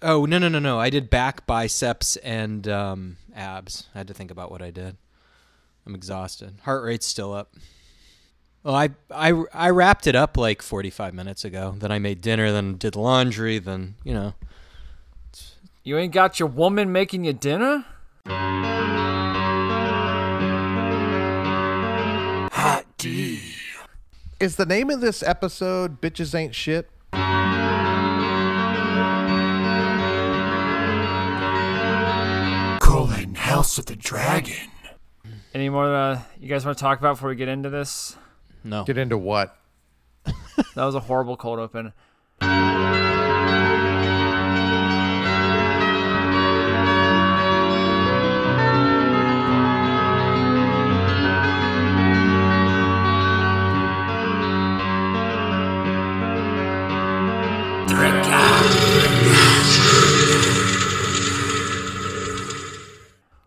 Oh no no no no! I did back, biceps, and um, abs. I had to think about what I did. I'm exhausted. Heart rate's still up. Well, I I I wrapped it up like 45 minutes ago. Then I made dinner. Then did laundry. Then you know. You ain't got your woman making you dinner? Is the name of this episode Bitches Ain't Shit? Colon House of the Dragon. Any more uh, you guys want to talk about before we get into this? No. Get into what? That was a horrible cold open.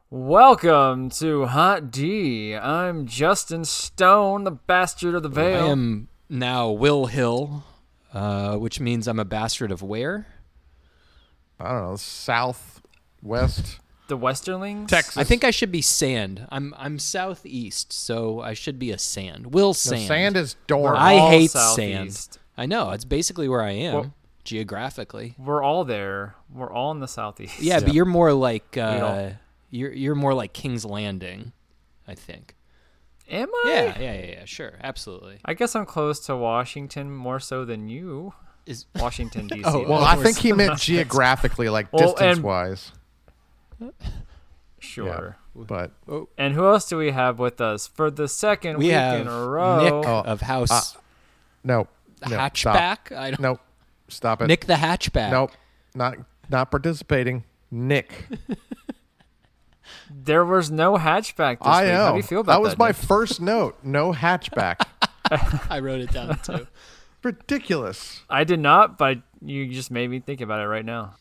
Welcome to Hot D. I'm Justin Stone, the bastard of the I veil. am now Will Hill, uh, which means I'm a bastard of where? I don't know. South, west, the Westerlings? Texas. I think I should be sand. I'm I'm southeast, so I should be a sand. Will No, sand. sand is dorm. I all hate southeast. sand. I know. It's basically where I am geographically. We're all there. We're all in the southeast. Yeah, but you're more like uh, don't- you're you're more like King's Landing, I think. Am I? Yeah, yeah, yeah, yeah. Sure, absolutely. I guess I'm close to Washington more so than you. Is Washington D.C. Oh, of well, I course. think he meant geographically, like Well, and- distance wise. sure. But And who else do we have with us for the second we week have in a row? Nick Oh. of House no. uh, no Hatchback? Stop. I don't. Nope. Stop it. Nick the Hatchback. Nope. Not not participating. Nick. There was no hatchback this I week. know. How do you feel about that? was my Nick? first note. No hatchback. I wrote it down too. Ridiculous. I did not, but you just made me think about it right now.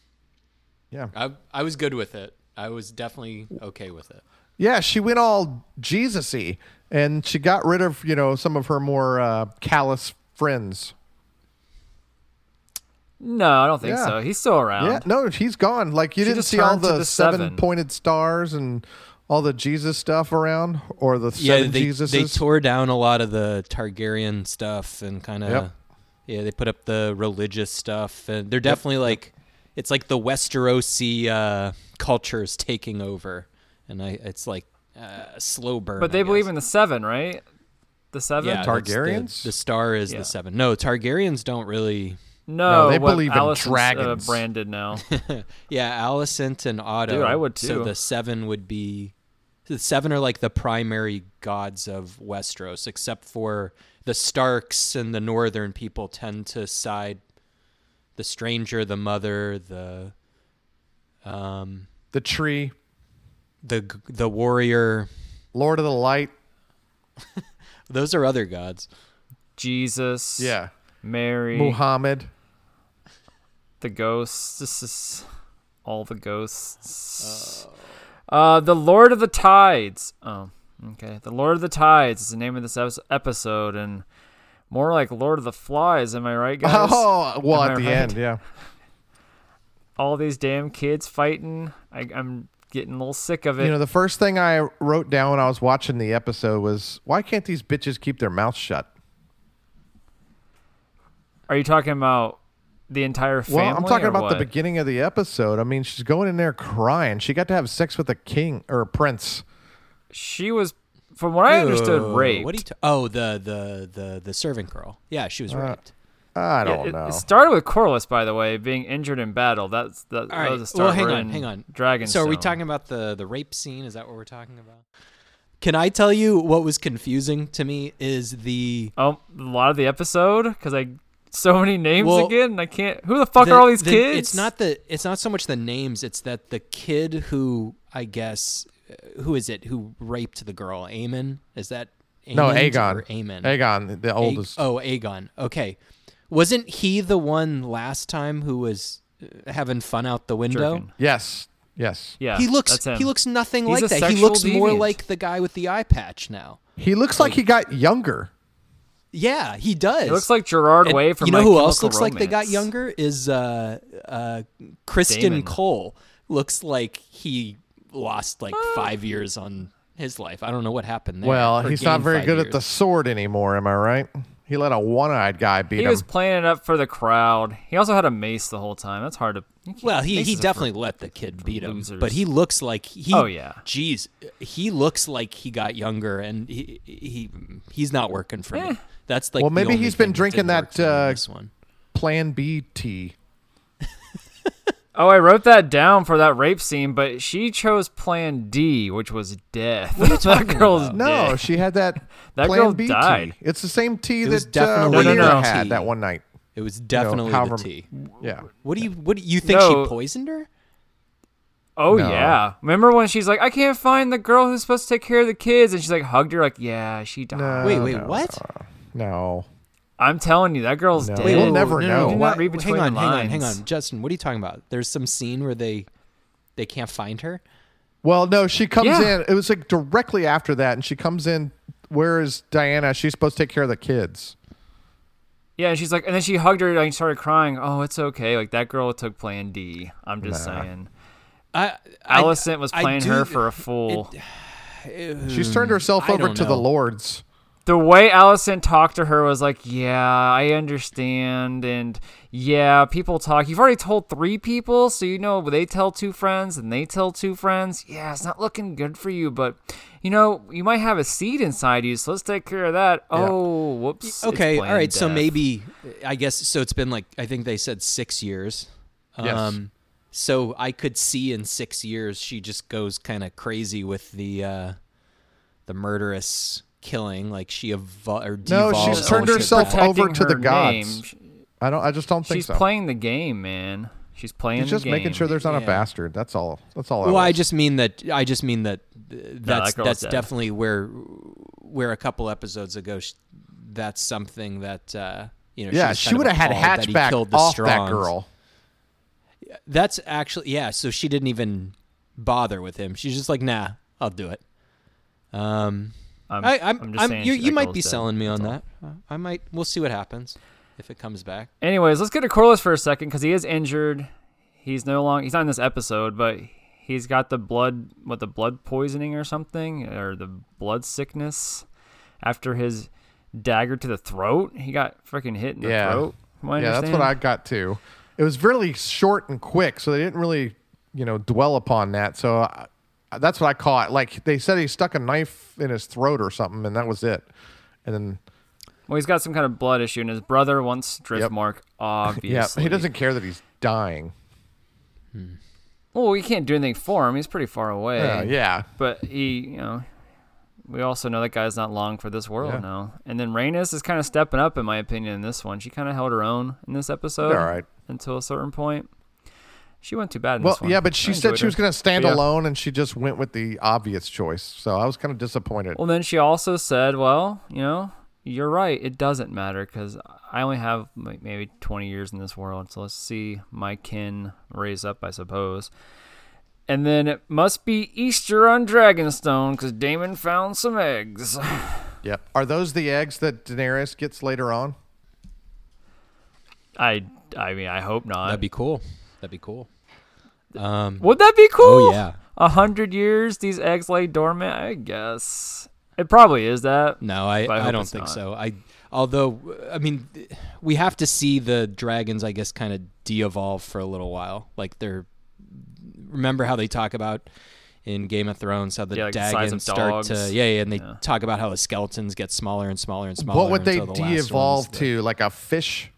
Yeah. I I was good with it. I was definitely okay with it. Yeah, she went all Jesus-y, and she got rid of you know some of her more uh, callous friends. No, I don't think Yeah. so. He's still around. Yeah, no, he's gone. Like you Um, She didn't just see all turned to the, the seven. seven-pointed stars and all the Jesus stuff around, or the seven yeah, they Jesuses. they tore down a lot of the Targaryen stuff and kind of Yep. yeah, they put up the religious stuff and they're definitely like it's like the Westerosi uh, culture is taking over and I it's like uh, slow burn. But they believe in the seven, right? The seven? yeah, that's the- Targaryens? The, star is Yeah. the seven. No, Targaryens don't really. No, No, they what believe in Allison's, dragons. Uh, branded now. Yeah, Alicent and Otto. Dude, I would too. So the seven would be. The seven are like the primary gods of Westeros, except for the Starks and the Northern people tend to side the stranger, the mother, the um, the tree, the g- the warrior. Lord of the Light. Those are other gods. Jesus. Yeah, Mary. Muhammad. the ghosts. This is all the ghosts. Oh. Uh, the Lord of the Tides. Oh, okay. The Lord of the Tides is the name of this epis- episode, and more like Lord of the Flies. Am I right, guys? Oh, well, Am at I the right? end, yeah. All these damn kids fighting. I, I'm getting a little sick of it. You know, the first thing I wrote down when I was watching the episode was, "Why can't these bitches keep their mouths shut?" Are you talking about the entire family? Well, I'm talking or about the what? beginning of the episode. I mean, she's going in there crying. She got to have sex with a king or a prince. She was, from what I understood, Ew, raped. What are you? Ta- oh, the the the the servant girl. Yeah, she was raped. I Yeah, don't it, know. It started with Corliss, by the way, being injured in battle. That's that, All that right. was a start. Well, hang We're on, in hang on. Dragonstone. So are we talking about the the rape scene? Is that what we're talking about? Can I tell you what was confusing to me is the Oh, a lot of the episode because I so many names Well, again. and I can't. Who the fuck the- are all these the- kids? It's not the it's not so much the names. It's that the kid who I guess uh, who is it who raped the girl? Aemon? Is that Aemon no, Aegon. or Aemon? Aegon, the A- oldest. oh, Aegon. Okay, wasn't he the one last time who was uh, having fun out the window? Jerkin. Yes. Yes. Yeah, He That's looks him. he looks nothing He's a like that. He sexual looks more deviant. like the guy with the eye patch now. He looks like he got younger. Yeah, he does. It looks like Gerard And Way from you know My who else Chemical looks like they got Romance. younger is uh, uh, Kristen Damon. Cole. Looks like he lost like Uh. five years on his life. I don't know what happened there. Well, Or he's not gained very five good at the years. sword anymore, am I right? He let a one-eyed guy beat He him. was playing it up for the crowd. He also had a mace the whole time. That's hard to. you can't- Well, he, maces he are for- definitely let the kid beat him, losers. but he looks like he. Oh, yeah. Jeez, he looks like he got younger, and he he he's not working for Eh. me. That's like Well, the maybe only he's been thing drinking didn't work that, for me in uh, this one. Plan B T. Oh, I wrote that down for that rape scene, but she chose Plan D, which was death. that girl's No, dead. she had that. That Plan girl B died. Tea. It's the same tea was that uh, definitely No, no, Rhaenyra no. had tea. that one night. It was definitely however- the tea. Yeah. What do you what do you think No. she poisoned her? Oh No. yeah. Remember when she's like, I can't find the girl who's supposed to take care of the kids, and she's like hugged her, like, yeah, she died. No, Wait, wait, Uh, no, what? No. I'm telling you, that girl's No. dead. Wait, Oh, we'll never know. You do Why- not read between hang on, the hang lines. on, hang on, Justin. What are you talking about? There's some scene where they they can't find her. Well, no, she comes Yeah. in. It was like directly after that, and she comes in. Where is Diana? She's supposed to take care of the kids. Yeah, and she's like, and then she hugged her and started crying. Oh, it's okay. Like that girl took Plan D. I'm just saying. I, I- Alicent was I playing do- her for a fool. Hmm. She's turned herself I over don't to the know. lords. the way Allison talked to her was like, yeah, I understand. And yeah, people talk. You've already told three people, so you know they tell two friends and they tell two friends. Yeah, it's not looking good for you, but you know, you might have a seed inside you, so let's take care of that. Oh, whoops. it's okay, all plain right. So death. maybe I guess so. It's been like I think they said six years. Um, Yes. so I could see in six years she just goes kind of crazy with the uh, the murderous killing. Like she evol- or No, devolves she's turned into- herself protecting over to the her name. gods. I don't. I just don't think She's so. playing the game, man. She's playing He's just the game. making sure there's not a Yeah. bastard. That's all. That's all. Well, I I was. just mean that. I just mean that. uh, That's girl's that's dead. definitely where where a couple episodes ago, sh that's something that uh, you know. yeah, was she kind of would have had appalled that he hatchback killed the off that Strongs. girl. That's actually yeah. So she didn't even bother with him. She's just like, nah, I'll do it. Um, I'm, I, I'm, I'm I'm, just saying you she- you that might girl's be dead. selling me on That's that. all. Uh, I might. We'll see what happens if it comes back. Anyways, let's get to Corliss for a second because he is injured. He's no long. He's not in this episode, but he's got the blood. What the blood poisoning or something, or the blood sickness after his dagger to the throat. He got freaking hit in the Yeah. throat. from what I Yeah, that's what I understand. got too. It was really short and quick, so they didn't really, you know, dwell upon that. So I, that's what I caught. Like they said, he stuck a knife in his throat or something, and that was it. And then, Well, he's got some kind of blood issue, and his brother wants Yep. Driftmark. yeah, Obviously, he doesn't care that he's dying. Well, we can't do anything for him. He's pretty far away. Yeah, Uh, yeah. But he, you know, we also know that guy's not long for this world Yeah. now. And then Rhaenys is kind of stepping up, in my opinion, in this one. She kind of held her own in this episode. All right. Until a certain point. She went too bad in Well, this one. yeah, but she I said enjoyed she was her. going to stand Yeah. alone, and she just went with the obvious choice. So I was kind of disappointed. Well, then she also said, well, you know, you're right. It doesn't matter because I only have like, maybe 20 years in this world. So let's see my kin raise up, I suppose. And then it must be Easter on Dragonstone because Damon found some eggs. Yep. Are those the eggs that Daenerys gets later on? I I mean I hope not. That'd be cool. That'd be cool. Um, Would that be cool? oh yeah. A hundred years these eggs lay dormant. I guess it probably is that. No, I, But I I, hope don't it's think not. so. I although I mean th- we have to see the dragons I guess kind of de-evolve for a little while. Like they're remember how they talk about in Game of Thrones how the Yeah, like the size dragons of start to dogs. yeah, yeah and they Yeah. talk about how the skeletons get smaller and smaller and smaller. What would they until the last de-evolve one's the- to? Like a fish?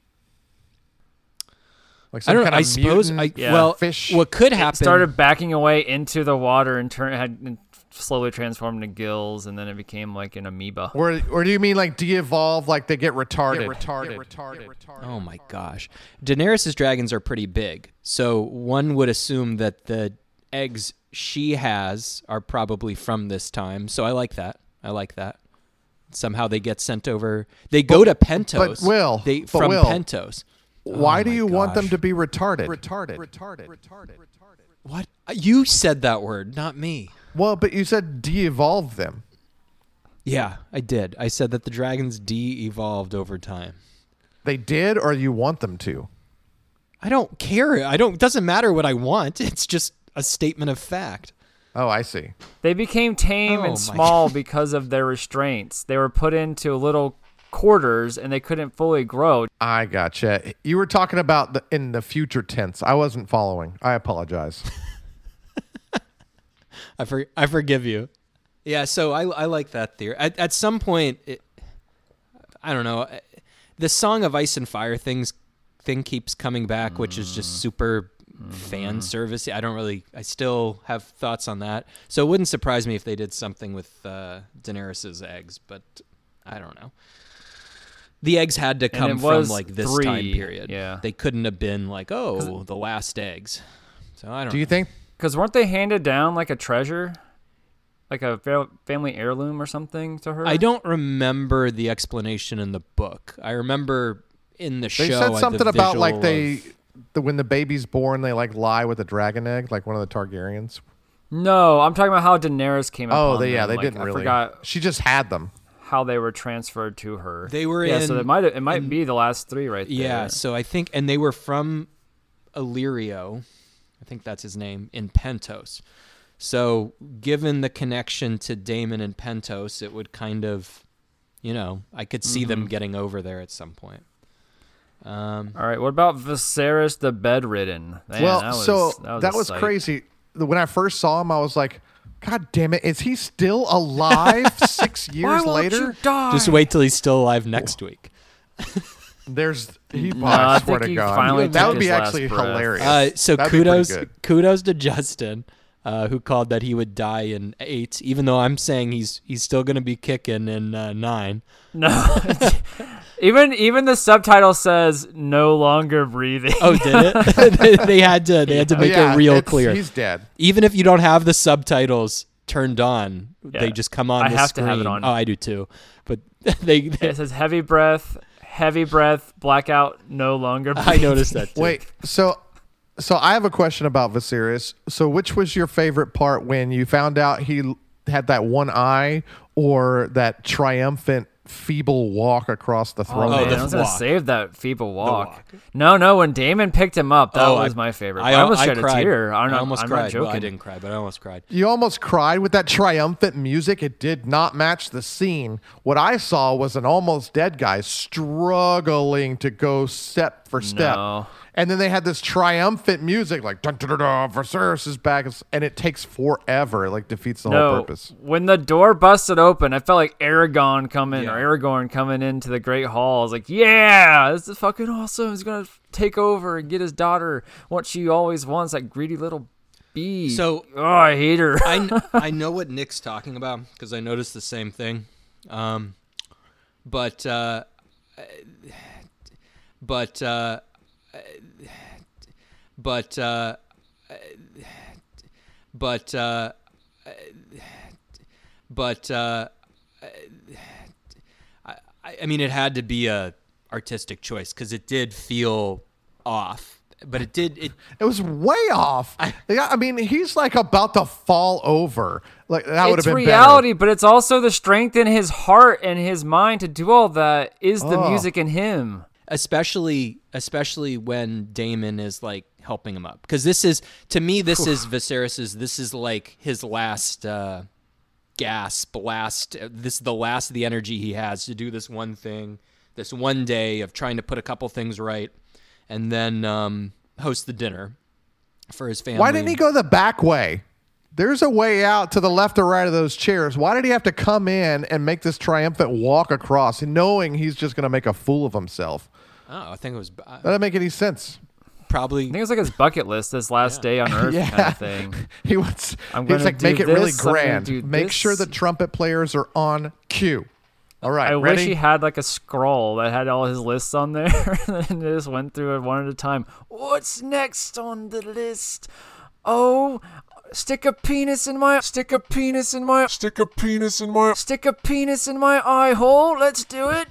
Like I don't. know. I suppose. I, mutant Yeah. Well, fish. what could happen? It started backing away into the water and turn had and slowly transformed into gills, and then it became like an amoeba. Or, or do you mean like de-evolve? Like they get retarded? Oh my gosh. Daenerys' dragons are pretty big. So one would assume that the eggs she has are probably from this time. So I like that. I like that. Somehow they get sent over. They go to Pentos. Will, they but from Will. Pentos. Why Oh do my you want them gosh. to be retarded? Retarded. Retarded. What? You said that word, not me. Well, but you said de-evolve them. Yeah, I did. I said that the dragons de-evolved over time. They did, or you want them to? I don't care. I don't. Doesn't matter what I want. It's just a statement of fact. Oh, I see. They became tame Oh my and small because of their restraints. They were put into little quarters and they couldn't fully grow. I gotcha. You were talking about the in the future tense. I wasn't following. I apologize. I for, I forgive you. Yeah. So I I like that theory. At, at some point, it, I don't know. eh, The Song of Ice and Fire things thing keeps coming back, which is just super fan service. I don't really. I still have thoughts on that. So it wouldn't surprise me if they did something with uh, Daenerys's eggs, but I don't know. The eggs had to come it from was like this three, time period. yeah. They couldn't have been like, oh, the last eggs. So I don't Do know. you think? Because weren't they handed down like a treasure? Like a fa- family heirloom or something to her? I don't remember the explanation in the book. I remember in the They show uh, said the something about visual like of- they the, when the baby's born, they like lie with a dragon egg, like one of the Targaryens. No, I'm talking about how Daenerys came Oh, upon they, yeah, them. they Like, didn't I really. forgot She just had them. how they were transferred to her. They were yeah, so in- it might it might be the last three right there. Yeah, so I think and they were from Illyrio. I think that's his name in Pentos. So, given the connection to Damon and Pentos, it would kind of, you know, I could see Mm-hmm. them getting over there at some point. Um, All right. What about Viserys the bedridden? Man, well, that was, so that was, a sight. crazy. The- When I first saw him, I was like, "God damn it! Is he still alive six Why years won't later?" you die? just wait till he's still alive next week. There's he. I I swear think to he God, finally that took would be his last actually breath. hilarious. Uh, so That'd be pretty kudos good. kudos to Justin, uh, who called that he would die in eight, even though I'm saying he's he's still gonna be kicking in uh, nine. No. even even the subtitle says no longer breathing. Oh, did it? they, they had to they had to make Yeah, it real it's- clear. He's dead. Even if you don't have the subtitles turned on, Yeah. they just come on. I the have to screen. have it on. Oh, I do too. But they, they It says heavy breath, heavy breath, blackout, no longer breathing. I noticed that. Too. Wait, so so I have a question about Viserys. So which was your favorite part when you found out he l- had that one eye or that triumphant feeble walk across the Oh, throne? Oh, man, the I was gonna walk. save that feeble walk. No, no, when Damon picked him up, that Oh, I- was my favorite. I, almost shed cried. a tear. I'm I not, almost I'm cried. not joking. Well, I didn't cry, but I almost cried. You almost cried with that triumphant music. It did not match the scene. What I saw was an almost dead guy struggling to go step for step. No. And then they had this triumphant music, like dun dun dun dun, Viserys is back, and it takes forever. It like defeats the whole No, purpose. when the door busted open, I felt like Aragon coming Yeah. or Aragorn coming into the Great Hall. I was like, "Yeah, this is fucking awesome. He's gonna take over and get his daughter what she always wants, that greedy little bee." So- oh, I hate her. I, kn- I know what Nick's talking about because I noticed the same thing. Um, but uh, but uh, but uh, but uh, but uh, I, I mean, it had to be a artistic choice because it did feel off. But it did. It It was way off. Yeah, I mean, he's like about to fall over. Like that would have it's been reality, but it's also the strength in his heart and his mind to do all that is the music in him. especially especially when Damon is like helping him up because this is to me this is Viserys's this is like his last uh, gasp last this is the last of the energy he has to do this one thing this one day of trying to put a couple things right and then um, host the dinner for his family. Better. Why didn't he go the back way? There's a way out to the left or right of those chairs. Why did he have to come in and make this triumphant walk across, knowing he's just going to make a fool of himself? Oh, I think it was uh, That doesn't make any sense. probably I think it's like his bucket list, this last day on Earth kind of thing. He wants. I'm He was gonna like, make do it really this, I'm gonna grand. do Make sure this." the trumpet players are on cue. All right, I ready? wish he had like a scroll that had all his lists on there, and they just went through it one at a time. What's next on the list? Oh, stick a penis in my stick a penis in my Stick a penis in my. stick a penis in my eye hole. Let's do it.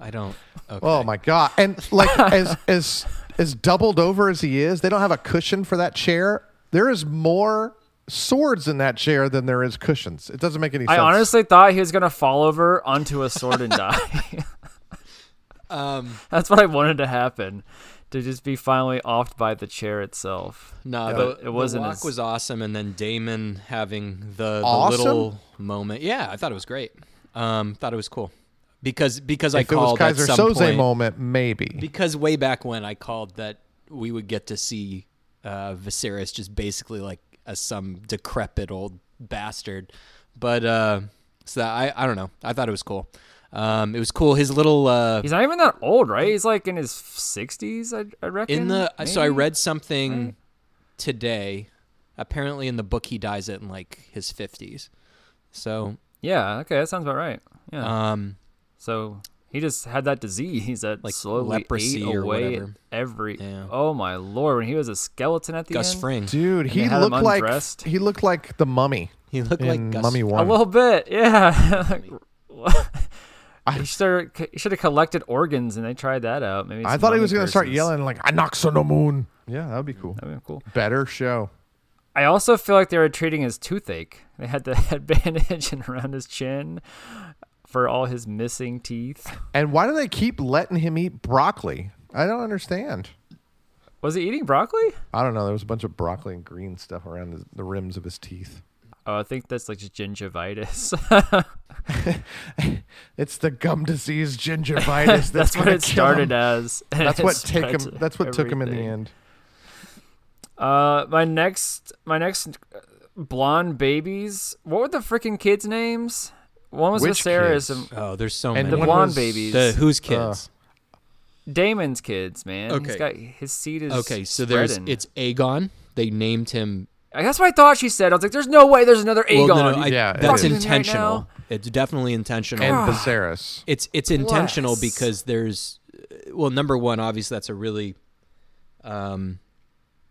I don't. Okay. Oh my god! And like as as as doubled over as he is, they don't have a cushion for that chair. There is more swords in that chair than there is cushions. It doesn't make any sense. I honestly thought he was gonna fall over onto a sword and die. Um, That's what I wanted to happen, to just be finally offed by the chair itself. no, but the, it wasn't The walk as- was awesome, and then Damon having the, the Awesome? little moment. Yeah, I thought it was great. Um, thought it was cool because because I if it was called Kaiser at some Soze point, moment, maybe. because way back when I called that we would get to see uh, Viserys just basically like a, some decrepit old bastard. But uh, so I I don't know. I thought it was cool. Um, it was cool. His little uh, He's not even that old, right? He's like in his sixties, I, I reckon. in the so I maybe? read something today. Apparently, in the book, he dies at in like his fifties. So Yeah, okay, that sounds about right. Yeah. um, so he just had that disease that Like slowly leprosy ate or away whatever. every. Yeah. Oh my lord! When he was a skeleton at the Gus end, Fring, Dude, they he had him looked like undressed. he looked like the mummy he looked in like Gus Mummy Fring. a One. little bit, yeah. I- he should have collected organs, and they tried that out. Maybe I some thought he mummy was going to start persons. yelling like "I knocks on the moon." Yeah, that would be cool. That'd be cool. Better show. I also feel like they were treating his toothache. They had the head bandage and around his chin for all his missing teeth. And why do they keep letting him eat broccoli? I don't understand. Was he eating broccoli? I don't know. There was a bunch of broccoli and green stuff around the, the rims of his teeth. Oh, I think that's like just gingivitis. It's the gum disease gingivitis. That's, that's what gonna it kill started Him. as. and That's it what take spread him. to That's what took him in the everything. end. Uh, my next, my next uh, blonde babies. What were the freaking kids' names? One was Which Viserys kids? and Oh, there's so And Uh, the many. one blonde was babies. The who's kids? Damon's kids, man. He's Okay. got his seed is okay, so there's spreading. it's Aegon. They named him I guess what I thought she said. I was like, "There's no way. There's another Aegon." Well, no, no, I- Yeah, it that's is. intentional. Right it's definitely intentional. And Viserys. it's it's intentional Bless. because there's, uh, well, number one, obviously that's a really, um,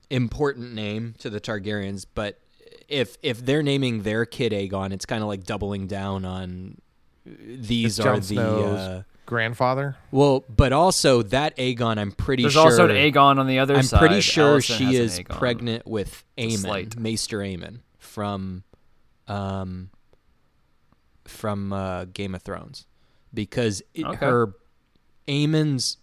important name to the Targaryens. But if if they're naming their kid Aegon, it's kind of like doubling down on uh, these It's are Jon the Snow's uh, grandfather. well, but also that Aegon, I'm pretty There's sure also an Aegon on the other I'm side. pretty sure Allison has she an is Aegon. pregnant with Aemon, slight. Maester Aemon from, um, from uh, Game of Thrones, because it, Okay. her Aemon's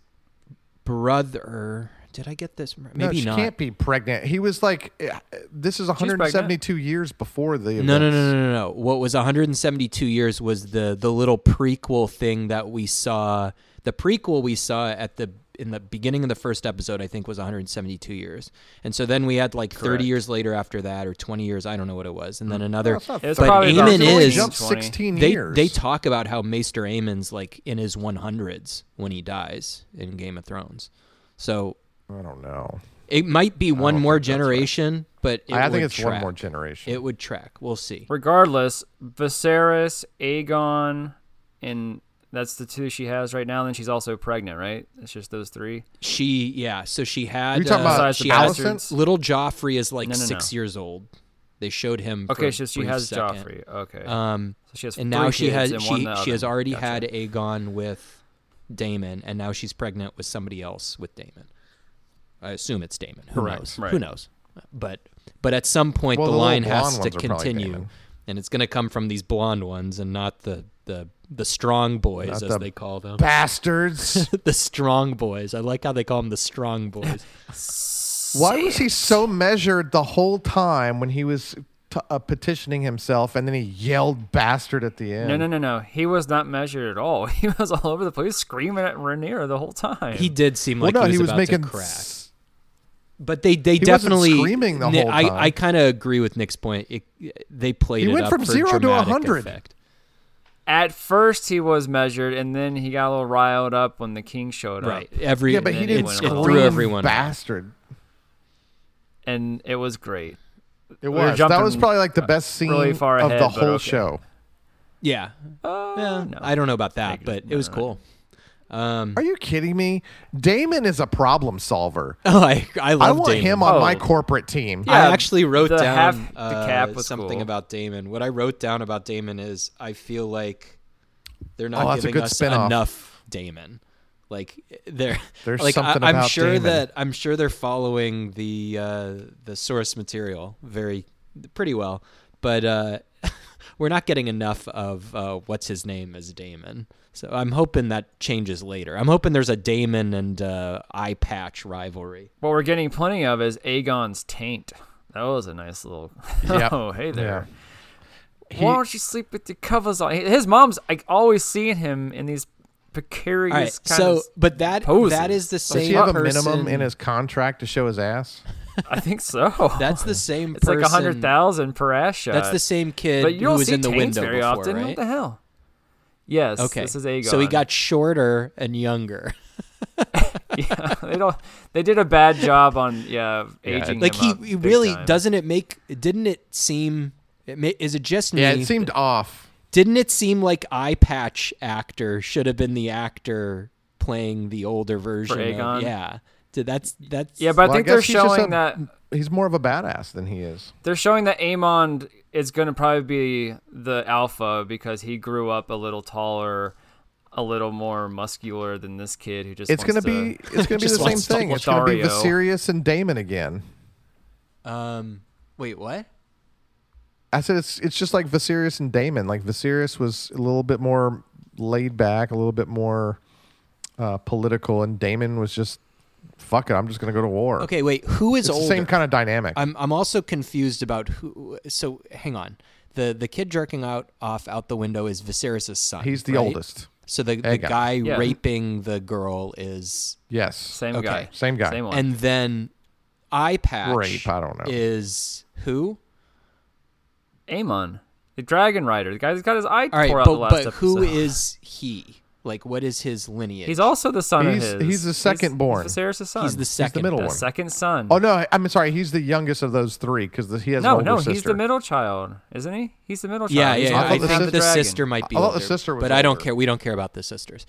brother. Did I get this? right? no, Maybe she not. can't be pregnant. He was like, eh, this is 172 years before the. no, no, no, no, events. no, no. What was 172 years was the the little prequel thing that we saw. The prequel we saw at the in the beginning of the first episode, I think, was 172 years, and so then we had like 30 Correct. years later after that, or 20 years, I don't know what it was, and then Mm. another. That's not It's But probably about Aemon He only is- jumped 20. 16 They years. they talk about how Maester Aemon's like in his 100s when he dies in Game of Thrones, so I don't know. it might be one don't more think that's right. generation, but it I I would think it's one track. more generation. It would track. We'll see. Regardless, Viserys, Aegon, and that's the two she has right now. And then she's also pregnant, right? It's just those three. She yeah. So she had. Are you talking uh, about besides the had- Allison? bastards. Little Joffrey is like No, no, six years old. They showed him. for Okay, a so she brief has second. Joffrey. Okay, Um, so she has and three now she kids has and one she the she has other. already Gotcha. had Aegon with Damon, and now she's pregnant with somebody else with Damon. I assume it's Damon. Who Correct, knows? right. Who knows? But but at some point Well, the, the little line has blonde to ones are probably continue, Daemon. and it's going to come from these blonde ones and not the the the strong boys Not as the they call them. Bastards. the strong boys. I like how they call them the strong boys. Why was he so measured the whole time when he was t- uh, petitioning himself and then he yelled bastard at the end? No, no, no, no. He was not measured at all. He was all over the place, screaming at Rhaenyra the whole time. He did seem Well, like no, he was, he was about making to crack. s- But they they wasn't definitely screaming the Ni- whole time. I, I kind of agree with Nick's point. It, they played He it went up from for zero to dramatic 100. effect. at first he was measured, and then he got a little riled up when the king showed Right. up. Every Yeah, but he And didn't went it's- on. it scream threw everyone. off. bastard. and it was great. It were was. That was jumping, probably like the best scene really far of ahead, the but whole okay. show. Yeah. Yeah, Oh, no. I don't know about that, but it no, was no, no. cool. Um, Are you kidding me? Damon is a problem solver. oh, I I love I want Damon. him on Oh. my corporate team. Yeah. I actually wrote the down half- the uh, cap was something cool. about Damon. What I wrote down about Damon is I feel like they're Oh, not that's a giving good us spin-off. enough Damon. Like they're There's like something I, am about sure Damon. that I'm sure they're following the uh, the source material very pretty well, but uh, we're not getting enough of uh, what's his name as Damon. So I'm hoping that changes later. I'm hoping there's a Damon and uh, eye patch rivalry. What we're getting plenty of is Aegon's taint. That was a nice little. Yep. oh, hey there. He- Why don't you sleep with your covers on? His mom's like always seeing him in these precarious All right, kind so of. but that poses. that is the Does same. Does he have a minimum person- in his contract to show his ass? I think so. That's the same. it's like person. a hundred thousand per ass shot. That's the same kid But you who don't was see in the taints window very before, often. right? What the hell? Yes. Okay, This is Aegon. so he got shorter and younger. yeah, they don't. They did a bad job on yeah Yeah, aging. like him he, up he big really time. doesn't. It make didn't it seem? It ma- is it just me? Yeah, it seemed off. didn't it seem like eye patch actor should have been the actor playing the older version? Aegon? Of, yeah, Did- that's that's Yeah, but I Well, I think guess they're he's just showing a- that He's more of a badass than he is. they're showing that Amon is going to probably be the alpha because he grew up a little taller, a little more muscular than this kid who just. It's wants gonna to- be it's gonna be just the same wants to thing. look It's gonna be Lothario. Viserys and Damon again. Um, wait, what? I said it's it's just like Viserys and Damon. Like Viserys was a little bit more laid back, a little bit more uh, political, and Damon was just fuck it. I'm just gonna go to war. Okay, wait. Who is it's older? the same kind of dynamic. I'm I'm also confused about who. So hang on. The the kid jerking out off out the window is Viserys' son. He's the right? oldest. So the, the Aegon. guy Yeah. raping the girl is, Yes, same Okay. guy, Same guy. same one. and then eye patch Rape, I don't know. is who? Amon, the Dragon Rider, the guy that's got his eye All right, tore out the but last but episode. who is he? Like, what is his lineage? He's also the son He's- of his. he's the second born. He's Viserys' son. He's the second middle best. The one. second son. Oh no, I'm sorry. He's the youngest of those three because he has an no, older no, sister. he's the middle child, isn't he? He's the middle child. Yeah, yeah. He's yeah. not I, I thought think the, the dragon. sister might be I thought the older, sister was but I don't older. care. We don't care about the sisters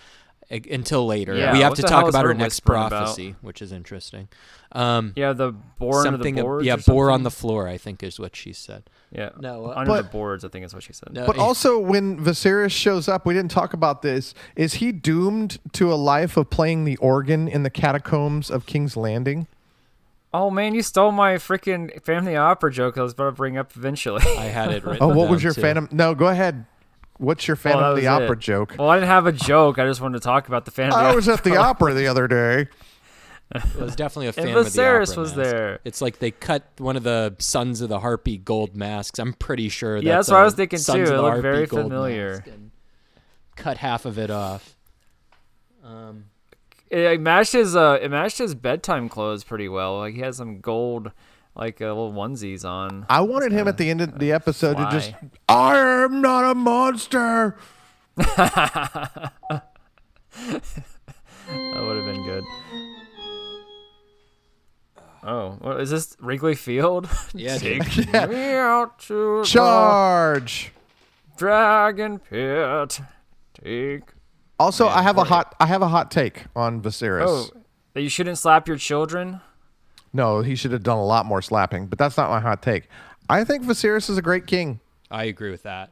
uh, until later. Yeah, we have what to the talk hell is about her her next whispering about? prophecy, which is interesting. Um, Yeah, the born something, of the boards. yeah, or something. bore on the floor. I think is what she said. Yeah, No, uh, under the But- boards. I think is what she said. No, But it- also, when Viserys shows up, we didn't talk about this. Is he doomed to a life of playing the organ in the catacombs of King's Landing? Oh man, you stole my freaking family opera joke. I was about to bring up eventually. I had it written. Oh, what down, was your too. Phantom? No, go ahead. What's your Phantom that of was the Opera it. joke? Well, I didn't have a joke. I just wanted to talk about the Phantom. of I the was at the opera the other day. It was definitely a Opera. fan and of the opera Viserys was mask. there. It's like they cut one of the Sons of the Harpy gold masks. I'm pretty sure. Yeah, that's that's what I a was thinking, Sons too. of It the looked Harpy very gold familiar. mask and Cut half of it off. Um, It, it matched his uh, it matched his bedtime clothes pretty well. Like he had some gold, like uh, little onesies on. I wanted him at the end of the episode to just, fly. I am not a monster. That would have been good. Oh, what is this Wrigley Field? Yeah, dude. Take me out to the Charge. dragon pit. Take Also, I have a hot, I have a hot take on Viserys. Oh, that you shouldn't slap your children. No, he should have done a lot more slapping, but that's not my hot take. I think Viserys is a great king. I agree with that.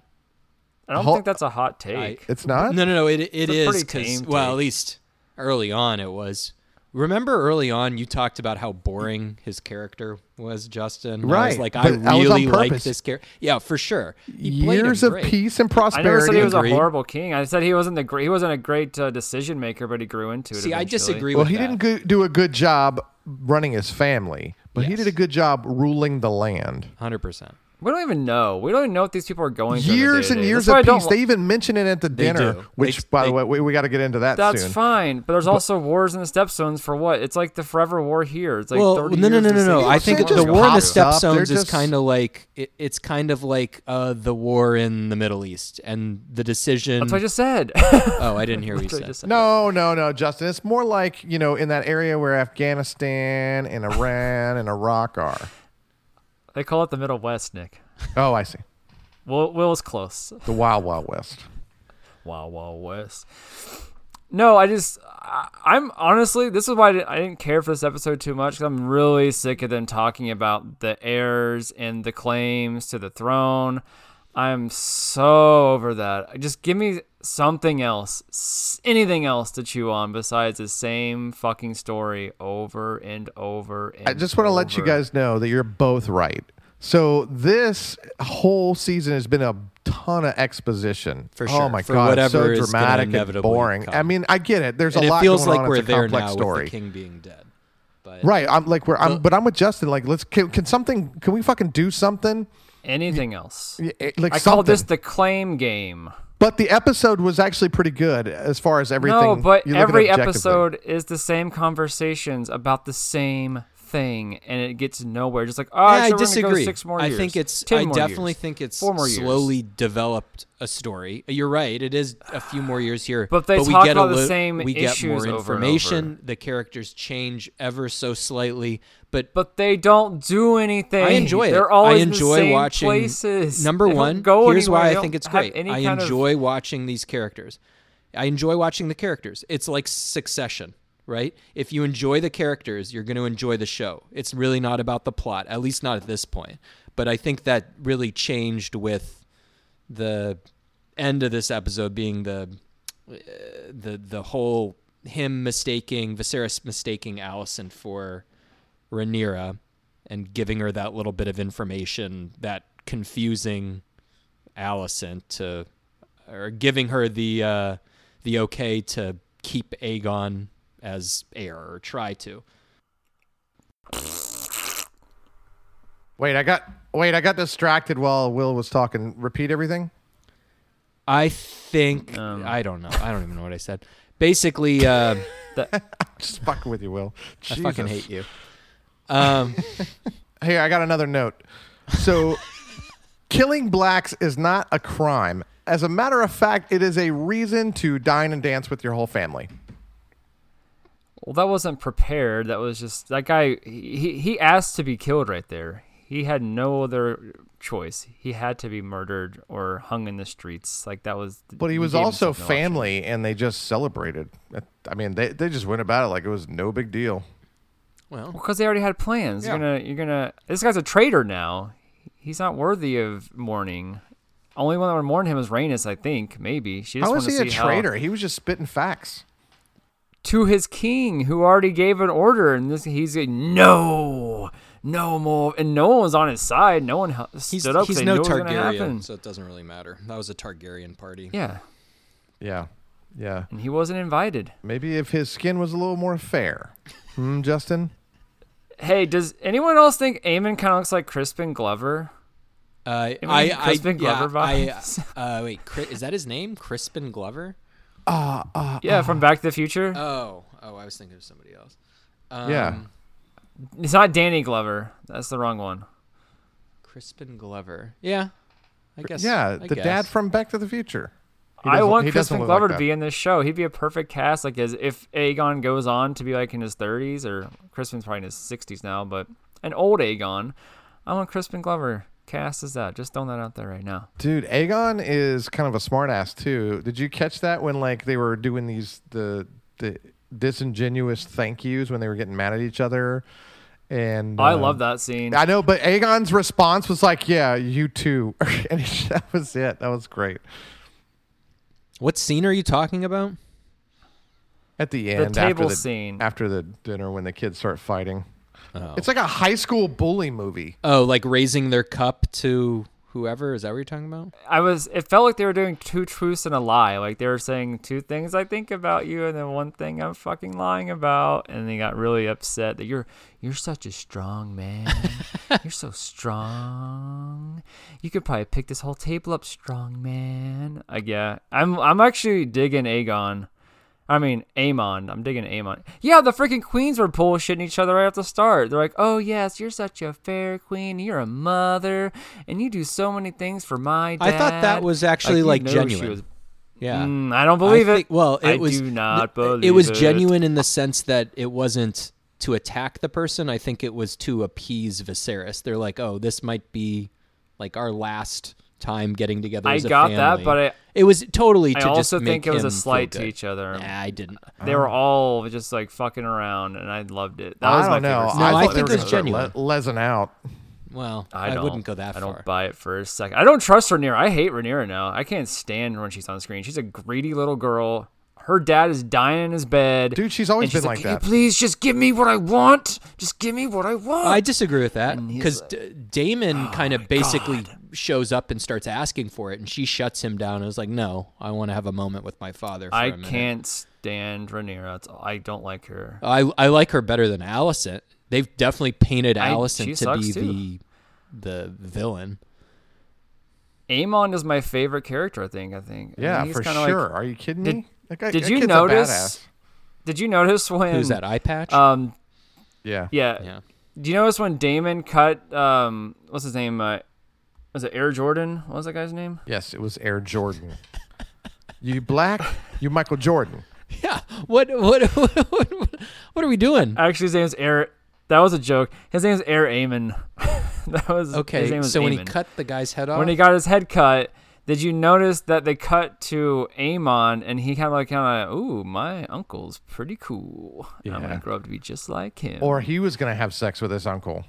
I don't Ho- think that's a hot take. It's not. No, no, no. It it a is pretty because tame well, at take. least early on it was. Remember early on you talked about how boring his character was, Justin. And I was Right, like, I but that was on really like purpose. this character. Yeah, for sure. He played him Years of great. peace and I never said prosperity. he was Agree. a horrible king. I said he wasn't the great. He wasn't a great uh, decision maker, but he grew into it. See, I eventually. disagree well, with he that. didn't go- do a good job running his family, but he Yes. did a good job ruling the land. Hundred percent. We don't even know. We don't even know what these people are going through. on a Years and day-to-day. years That's why I of don't peace. li- They even mention it at the do. dinner, which, They- by they- the way, we, we got to get into that That's soon. fine, but there's also wars in the stepstones for what? It's like the forever war here. It's like well, 30 no, no, years no, of no, no. I civil Well, think it war the just war in the pops up. They're stepstones is just- kind of like it, it's kind of like uh, the war in the Middle East and the decision. That's what I just said. oh, I didn't hear what you That's what I said. just said. No, no, no, Justin. It's more like you know in that area where Afghanistan and Iran and Iraq are. They call it the Middle West, Nick. Oh, I see. Will Will's close. The Wild Wild West. Wow, wow, West. No, I just, I, I'm honestly, this is why I didn't, I didn't care for this episode too much. 'cause I'm really sick of them talking about the heirs and the claims to the throne. I'm so over that. Just give me something else, s- anything else to chew on besides the same fucking story over and over. And I just want to let you over. guys know that you're both right. So this whole season has been a ton of exposition. For Oh sure. my For god, it's whatever so is gonna dramatic and inevitably boring. come. I mean, I get it. There's and a it lot feels going like on. we're it's a there complex now story. with the king being dead. But Right, I'm like we're Well- I'm, but I'm with Justin. Like, let's can, can something? Can we fucking do something? Anything else? Y- eh, Like I something. call this the claim game. but the episode was actually pretty good as far as everything. No, but you look at every objectively. episode is the same conversations about the same thing, and it gets nowhere. Just like, oh, yeah, I so we're gonna disagree. go six more I years. think it's. ten I more definitely years, think it's four more years." slowly developed a story. You're right. It is a few more years here, But they we talk get about a the lo- same We get issues more over and over. information. The characters change ever so slightly, but But they don't do anything. I enjoy it. They're always I enjoy the same watching places. Number They don't one, go here's anywhere. why They I don't think it's have great. any I kind of- enjoy watching these characters. I enjoy watching the characters. It's like Succession, right? If you enjoy the characters, you're going to enjoy the show. It's really not about the plot, at least not at this point. But I think that really changed with the end of this episode being the uh, the the whole him mistaking Viserys mistaking Allison for Rhaenyra and giving her that little bit of information that confusing Allison to or giving her the uh, the okay to keep Aegon as heir or try to. Wait, I got wait, I got distracted while Will was talking. Repeat everything. I think Um. I don't know. I don't even know what I said. Basically, uh, Just fucking with you, Will. I Jesus. fucking hate you. Um, Here, I got another note. So, killing blacks is not a crime. As a matter of fact, it is a reason to dine and dance with your whole family. Well, that wasn't prepared. That was just that guy. He he asked to be killed right there. He had no other choice. He had to be murdered or hung in the streets. Like that was. But he you was gave also himself no option. family, and they just celebrated. I mean, they, they just went about it like it was no big deal. well, because they already had plans. You're gonna, you're gonna. This guy's a traitor now. He's not worthy of mourning. Only one that would mourn him is Rhaenys, I think. Maybe she just How is wanted he to a see traitor? How, He was just spitting facts. to his king, who already gave an order, and this he's like, no, no more, and no one was on his side. No one hel- he's stood up. he's 'cause they no knew it was gonna happen. Targaryen, so it doesn't really matter. That was a Targaryen party. yeah, Yeah, yeah. and he wasn't invited. Maybe if his skin was a little more fair. Hmm, Justin. Hey, does anyone else think Aemon kind of looks like Crispin Glover? Uh, You know, I, I, Crispin yeah, Glover I, vibes. uh, wait, Cri- is that his name? Crispin Glover? Yeah, from Back to the Future. Oh, oh, I was thinking of somebody else. Um, Yeah. it's not Danny Glover. That's the wrong one. Crispin Glover. Yeah, I guess. Yeah, I the dad guess. from Back to the Future. He I doesn't- want he doesn't Crispin look Glover like to be in this show. He'd be a perfect cast, like as if Aegon goes on to be like in his thirties, or Crispin's probably in his sixties now, but an old Aegon. I want Crispin Glover cast as that. Just throwing that out there right now. that. Dude, Aegon is kind of a smartass too. Did you catch that when like they were doing these the the disingenuous thank yous when they were getting mad at each other? And I uh, love that scene. I know, but Aegon's response was like, "Yeah, you too," and that was it. That was great. What scene are you talking about? At the the end, table after the, scene. after the dinner when the kids start fighting, Oh. it's like a high school bully movie. Oh, like raising their cup to whoever? Is that what you're talking about? I was. It felt like they were doing two truths and a lie. Like they were saying two things I think about you, and then one thing I'm fucking lying about. And they got really upset that you're you're such a strong man. you're so strong. You could probably pick this whole table up, strong man. Like yeah, I'm I'm actually digging Aegon. I mean, Amon. I'm digging Amon. Yeah, the freaking queens were bullshitting each other right at the start. They're like, oh, yes, you're such a fair queen. You're a mother. And you do so many things for my I dad. thought that was actually, like, you know she genuine. was- Yeah. Mm, I don't believe I think- it. Well, it I was do th- not believe it was it. genuine in the sense that it wasn't to attack the person. I think it was to appease Viserys. They're like, "Oh, this might be like our last time getting together." I as a got that, family." but I, it was totally. to I just also think make it was him a feel slight to good. each other. Nah, I didn't. They were all just like fucking around, and I loved it. That I was don't my know. favorite. No, scene. I thought they think were it's gonna start genuine. Le- lesing out. Well, I, I, don't, wouldn't go that I far. don't buy it for a second. I don't trust Rhaenyra. I hate Rhaenyra now. I can't stand her when she's on screen. She's a greedy little girl. Her dad is dying in his bed. Dude, she's always and she's been like Can you that." please just give me what I want. Just give me what I want. I disagree with that And he's because like- "Oh D- Damon kind of basically shows up and starts asking for it, and she shuts him down. and is like, "No, I want to have a moment with my father." For I a minute." can't stand Rhaenyra. That's all- I don't like her. I I like her better than Allison. They've definitely painted I- Allison she to sucks be too. the the villain. Aemon is my favorite character. I think. I think. I Yeah, think he's for kinda sure. like- Are you kidding Did- me? That guy- did that you kid's a notice? badass. Did you notice when? Who's that eye patch? Um. Yeah. Yeah. yeah. Do you notice when Damon cut? Um. What's his name? Uh, was it Air Jordan? What was that guy's name? Yes, it was Air Jordan. you black, you Michael Jordan. Yeah. What what what, what, what are we doing? Actually, his name's Air. That was a joke. His name's Air Amon. that was His Okay. name was So when he Aemon. cut the guy's head off, when he got his head cut, did you notice that they cut to Amon and he kind of like kind of ooh my uncle's pretty cool. I'm Yeah. gonna grow up to be just like him. Or he was going to have sex with his uncle.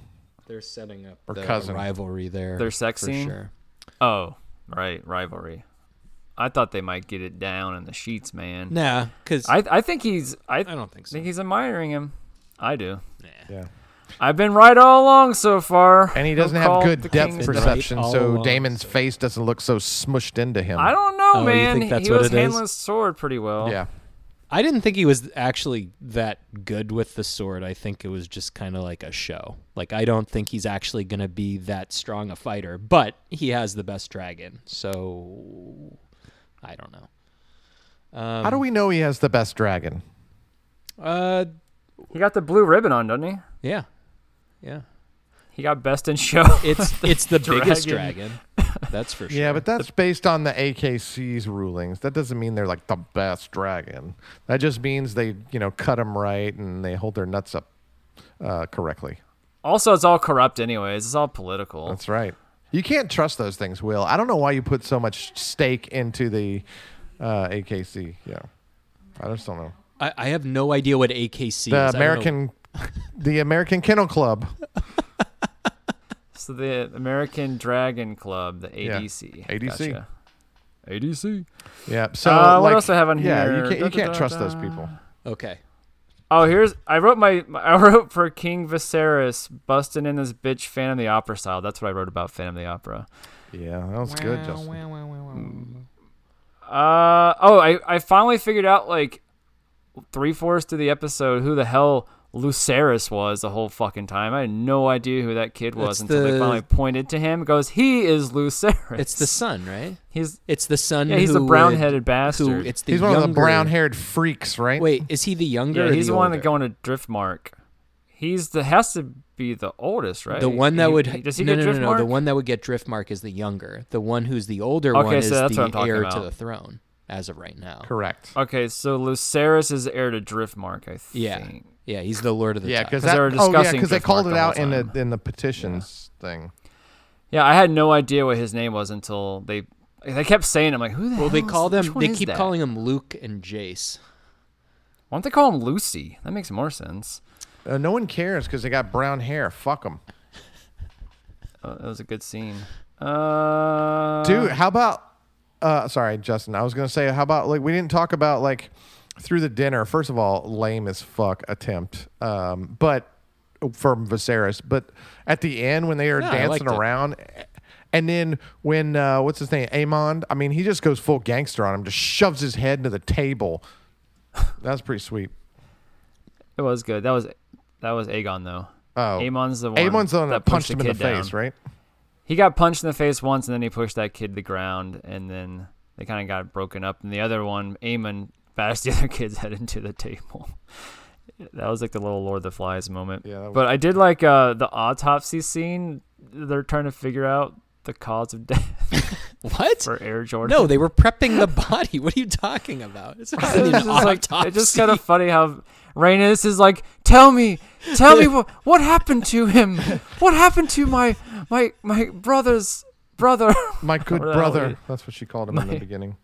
they're setting up Or the cousin. rivalry there. Their sex for scene? Sure. oh right rivalry. I thought they might get it down in the sheets, man. Nah, because I, I I think he's I, don't think so. think he's admiring him. I do. Yeah. I've been right all along so far. And he No doesn't have call good the depth king's per- death. perception, all so along, Damon's face doesn't look so smushed into him. I don't know, Oh, you man. think that's he what was it is? handling his sword pretty well. Yeah. I didn't think he was actually that good with the sword. I think it was just kind of like a show. Like I don't think he's actually going to be that strong a fighter, but he has the best dragon. So I don't know. Um, How do we know he has the best dragon? Uh, He got the blue ribbon on, doesn't he? yeah, yeah. He got best in show. It's it's the biggest dragon. dragon. That's for sure. Yeah, but that's based on the AKC's rulings. That doesn't mean they're like the best dragon. That just means they, you know, cut him right and they hold their nuts up uh, correctly. Also, it's all corrupt, anyways. It's all political. That's right. You can't trust those things, Will. I don't know why you put so much stake into the uh, AKC. Yeah, I just don't know. I, I have no idea what AKC The is. I don't know- American, the American Kennel Club. so the American Dragon Club, the Yeah. ADC. ADC. Gotcha. ADC. Yeah. So Uh, what like, else I have on yeah, here? you can't, you Da, da, can't da, trust da. those people. Okay. Oh, here's I wrote my, my I wrote for King Viserys busting in this bitch Phantom of the Opera style. That's what I wrote about Phantom of the Opera. Yeah, that was good, Justin. Uh oh, I I finally figured out like three fourths to the episode who the hell Lucerys was the whole fucking time. I had no idea who that kid It's was until they the- finally pointed to him. and Goes, he is Lucerys. It's the son, right? he's It's the son. yeah he's who the brown headed would- bastard. Who? It's the He's one younger, of the brown-haired freaks, right? Wait, is he the younger? yeah, or he's the, one older? that going to Driftmark. He's the has to be the oldest, right? The one that He- would he- does he no, get no, Driftmark? no, no, The one that would get Driftmark is the younger. The one who's the older Okay, one is so that's what I'm the talking heir to about. the throne as of right now. Correct. Okay, so Lucerys is the heir to Driftmark, I think. Yeah, yeah. He's the lord of the. Yeah, Tides. because they that. were Oh, yeah, discussing because they Driftmark called it the out whole in the time. in the petitions thing. Yeah, I had no idea what his name was until they they kept saying. it. I'm like, who the well, hell they is- call which them. one They is keep that? calling him Luke and Jace. Why don't they call him Lucy? That makes more sense. Uh, no one cares because they got brown hair. Fuck them, Uh, that was a good scene. Uh, dude. How about? Uh, sorry, Justin. I was gonna say, how about like we didn't talk about like through the dinner. First of all, lame as fuck attempt. Um, but from Viserys. But at the end when they are Yeah, I dancing liked it. around. And then when uh, what's his name, Amon? I mean, he just goes full gangster on him, just shoves his head into the table. That's pretty sweet. it was good. That was that was Aegon though. Oh, Amon's the one. Amon's the one that punched the him in the kid down. face, right? He got punched in the face once, and then he pushed that kid to the ground, and then they kind of got broken up. And the other one, Amon, bashed the other kid's head into the table. That was like the little Lord of the Flies moment. Yeah, that was- but I did like uh, the autopsy scene. They're trying to figure out the cause of death What? for Air Jordan. No, they were prepping the body. What are you talking about? It's not an it's just like autopsy. it's just kind of funny how Rhaenys is like, "Tell me, tell me what what happened to him? What happened to my my my brother's brother?" My good Or that brother. way- That's what she called him in the My- beginning.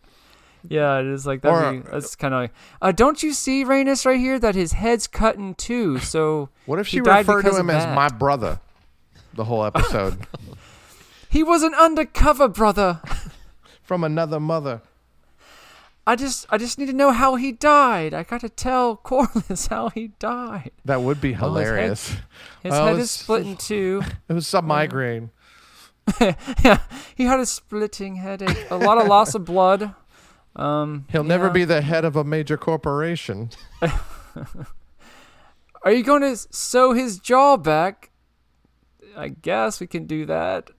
yeah, it is like Or- that. be That's kind of like, uh, "Don't you see Rhaenys right here? That his head's cut in two." So What if He she died referred to because of him as that. my brother the whole episode he was an undercover brother. from another mother? I just I just need to know how he died. I got to tell Corliss how he died. That would be Well, his head- hilarious. His Well, head is it's- split in two. It was some migraine. yeah, he had a splitting headache. A lot of loss of blood. Um, He'll never yeah. be the head of a major corporation. Are you going to s- sew his jaw back? I guess we can do that.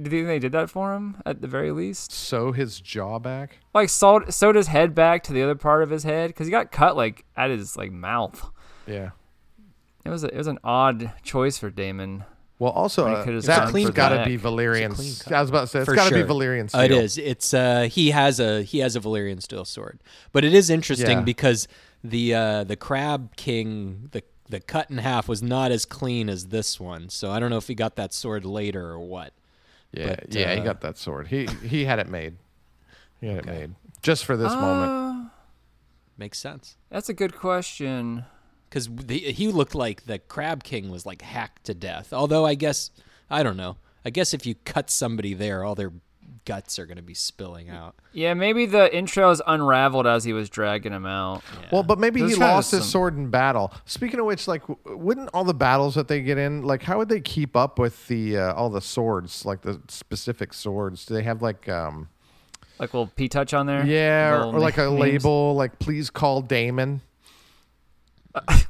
Do you think they did that for him at the very least? Sew his jaw back. Like sewed, sewed his head back to the other part of his head because he got cut like at his like mouth. Yeah. It was a, it was an odd choice for Damon. Well, also They uh, could've just gone that for has the got to neck. be Valyrian. clean s- cut. I was about to say it's For got to sure. be Valyrian. Uh, It steel. is. It's uh he has a he has a Valyrian steel sword. But it is interesting Yeah. because the uh the crab king the the cut in half was not as clean as this one. So I don't know if he got that sword later or what. Yeah, but, yeah. he uh, got that sword. He he had it made. He had it made just for this moment. Uh, Makes sense. That's a good question. Cuz he looked like the crab king was like hacked to death. Although I guess I don't know. I guess if you cut somebody there all their guts are going to be spilling out. Yeah, maybe the intros unraveled as he was dragging him out. Well, but maybe There's he gotta lost his some- sword in battle. Speaking of which, like, w- wouldn't all the battles that they get in, like, how would they keep up with the uh, all the swords, like the specific swords? Do they have like, um, Like little P touch on there. yeah, Little or, or like a names. label, like, please call Damon.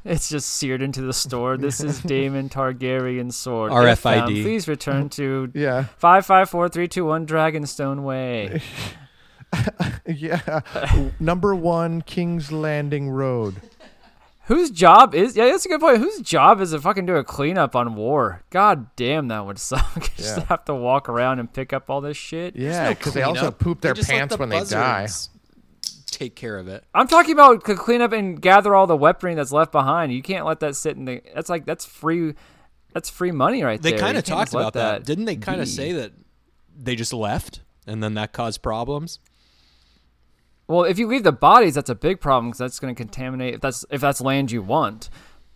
It's just seared into the store. This is Damon Targaryen's sword. If RFID. found, Please return to Yeah, five five four three two one Dragonstone Way. yeah. Number one, King's Landing Road. Whose job is? Yeah, that's a good point. Whose job is to fucking do a cleanup on war? God damn, that would suck. just Yeah. have to walk around and pick up all this shit. Yeah, because they also cleanup. poop their They just let pants the when they die. buzzards Take care of it. I'm talking about to clean up and gather all the weaponry that's left behind. You can't let that sit in the. That's like that's free. That's free money right They there. kind You of can't talked just let about that. Didn't they kind be. of say that they just left and then that caused problems? Well, if you leave the bodies, that's a big problem because that's going to contaminate. If that's if that's land you want,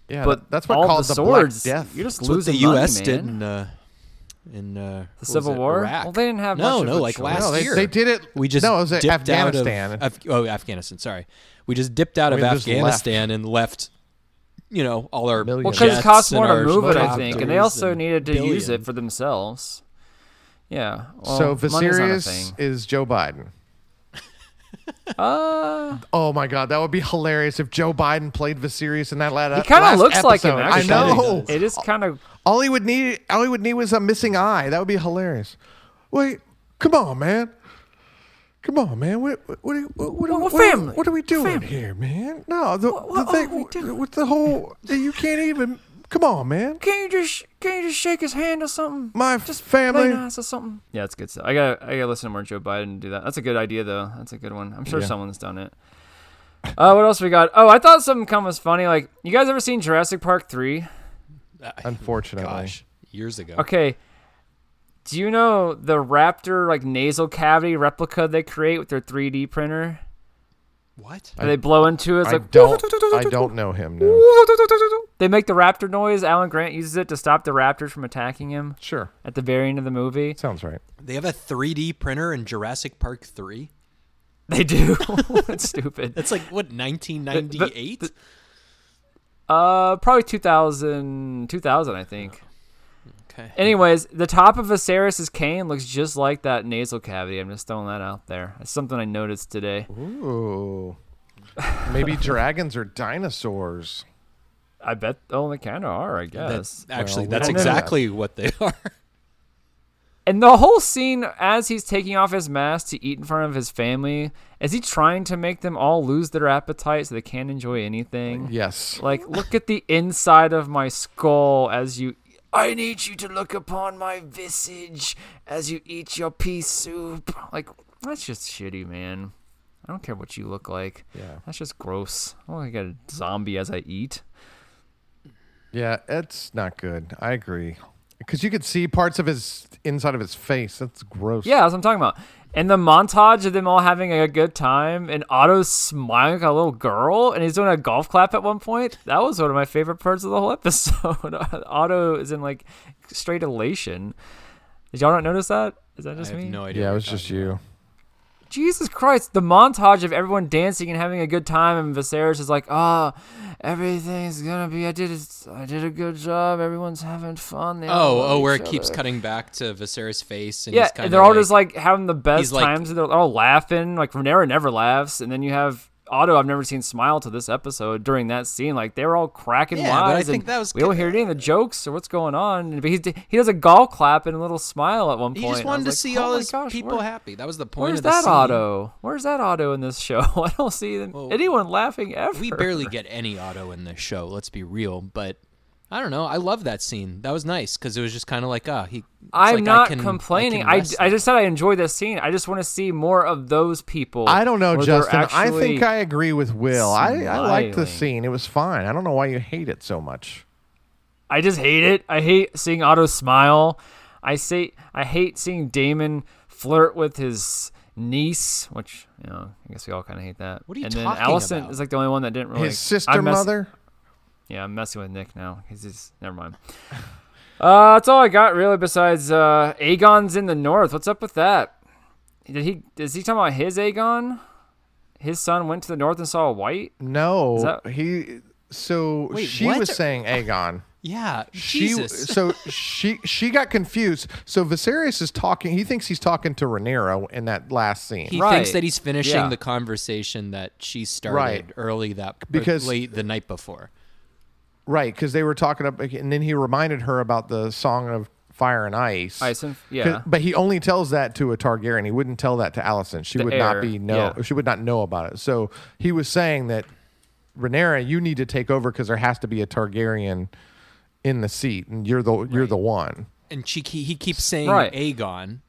Yeah, but that- that's what all caused the the, Black swords. Death. You're just It's what losing the U.S. money, did man. in, uh, in uh, what was Civil it, War? Iraq. Well, they didn't have no, much of no, a like choice. last No, they, year. they did it. We just no, it was dipped out of- Afghanistan. Af- oh, Afghanistan. Sorry, we just dipped out We of just left. Afghanistan and left. You know, all our Millions. Well, Yeah. because it costs jets and more to our move it, I think, and they helicopters also and needed to use billion. it for themselves. Yeah. Well, so money's not a Viserys thing. is Joe Biden. Uh, Oh my God, that would be hilarious if Joe Biden played Viserys in that la- he kind last of looks like him. episode. Actually. I know. It is kind of. All he would need, all he would need was a missing eye. That would be hilarious. Wait, come on, man. Come on, man. What what what, are- what, what, Well, we're what, are- family. what are we doing Family. here, man? No, the, what the are we thing doing? with the whole you can't even. Come on, man. Can you just can you just shake his hand or something? My Play family. nice or something. Yeah, it's good stuff. I gotta, I gotta listen to more Joe Biden to do that. That's a good idea, though. That's a good one. I'm sure Yeah. someone's done it. Uh, what else we got? Oh, I thought something come was funny. Like, you guys ever seen Jurassic Park three? Unfortunately, Uh, Gosh, years ago. Okay. Do you know the raptor like nasal cavity replica they create with their 3D printer? What? That they blow into it. It's I like don't. I don't know him. No. They make the raptor noise. Alan Grant uses it to stop the raptors from attacking him Sure, at the very end of the movie. sounds right. They have a 3D printer in Jurassic Park 3. They do. it's stupid. That's like what 1998. Uh, probably 2000, 2000, I think. Okay. Anyways, the top of Viserys' cane looks just like that nasal cavity. I'm just throwing that out there. It's something I noticed today. Ooh. Maybe dragons are dinosaurs. I bet, oh, they kind of are, I guess. That's actually Well, we that's don't know exactly what they are. And the whole scene as he's taking off his mask to eat in front of his family, is he trying to make them all lose their appetite so they can't enjoy anything? Yes. Like, look at the inside of my skull as you. I need you to look upon my visage as you eat your pea soup. Like, that's just shitty, man. I don't care what you look like. Yeah. That's just gross. I look like a zombie as I eat. Yeah, it's not good. I agree. Because you could see parts of his inside of his face. That's gross. Yeah, that's what I'm talking about. And the montage of them all having a good time, and Otto's smiling like a little girl, and he's doing a golf clap at one point. That was one of my favorite parts of the whole episode. Otto is in like straight elation. Did y'all not notice that? Is that I just have me? no idea. Yeah, what it was you're just talking you. Jesus Christ, the montage of everyone dancing and having a good time, and Viserys is like, "Ah, everything's gonna be. I did, a, I did a good job. Everyone's having fun." They all Oh, love oh, where each it keeps other." cutting back to Viserys' face, and Yeah, he's kinda and they're all like, just like having the best he's like- times, and they're all laughing. Like Renera never laughs, and then you have Otto. I've never seen smile to this episode during that scene. Like they were all cracking Yeah, but I wise, think and that was we don't good. hear any of the jokes or what's going on. But he he does a gall clap and a little smile at one He point. just I wanted to was like, see "Oh all my his gosh, people where- happy. That was the point Where's of the that scene. auto? Where's that auto in this show? I don't see them, Well, anyone laughing ever. We barely get any auto in this show. Let's be real, but I don't know. I love that scene. That was nice because it was just kind of like, ah, he. it's I'm like, I not can- I complaining. can I, rest I now. just said I enjoy this scene. I just want to see more of those people. I don't know, where they're Justin. I actually- think I agree with Will. I, I liked the smiling. scene. It was fine. I don't know why you hate it so much. I just hate it. I hate seeing Otto smile. I say I hate seeing Damon flirt with his niece, which you know I guess we all kind of hate that. What are you and then talking Allison about? is like the only one that didn't really. His sister I'm mess- mother. Yeah, I'm messing with Nick now. He's just never mind. Uh, that's all I got really. Besides, uh, Aegon's in the north. What's up with that? Did he? Is he talking about his Aegon? His son went to the north and saw a white. Is No, that- he. So Wait, she what? was saying Aegon. Yeah, She Jesus. so she she got confused. So Viserys is talking. He thinks he's talking to Rhaenyra in that last scene. he Right. thinks that he's finishing Yeah. the conversation that she started Right. early that or Because- late the night before. Right, because they were talking up, and then he reminded her about the Song of Fire and Ice. Ice and- 'Cause- yeah. But he only tells that to a Targaryen. He wouldn't tell that to Allison. She The would heir, not be know. yeah. She would not know about it. So he was saying that Rhaenyra, you need to take over because there has to be a Targaryen in the seat, and you're the you're the one. and she he he keeps saying Right. Aegon,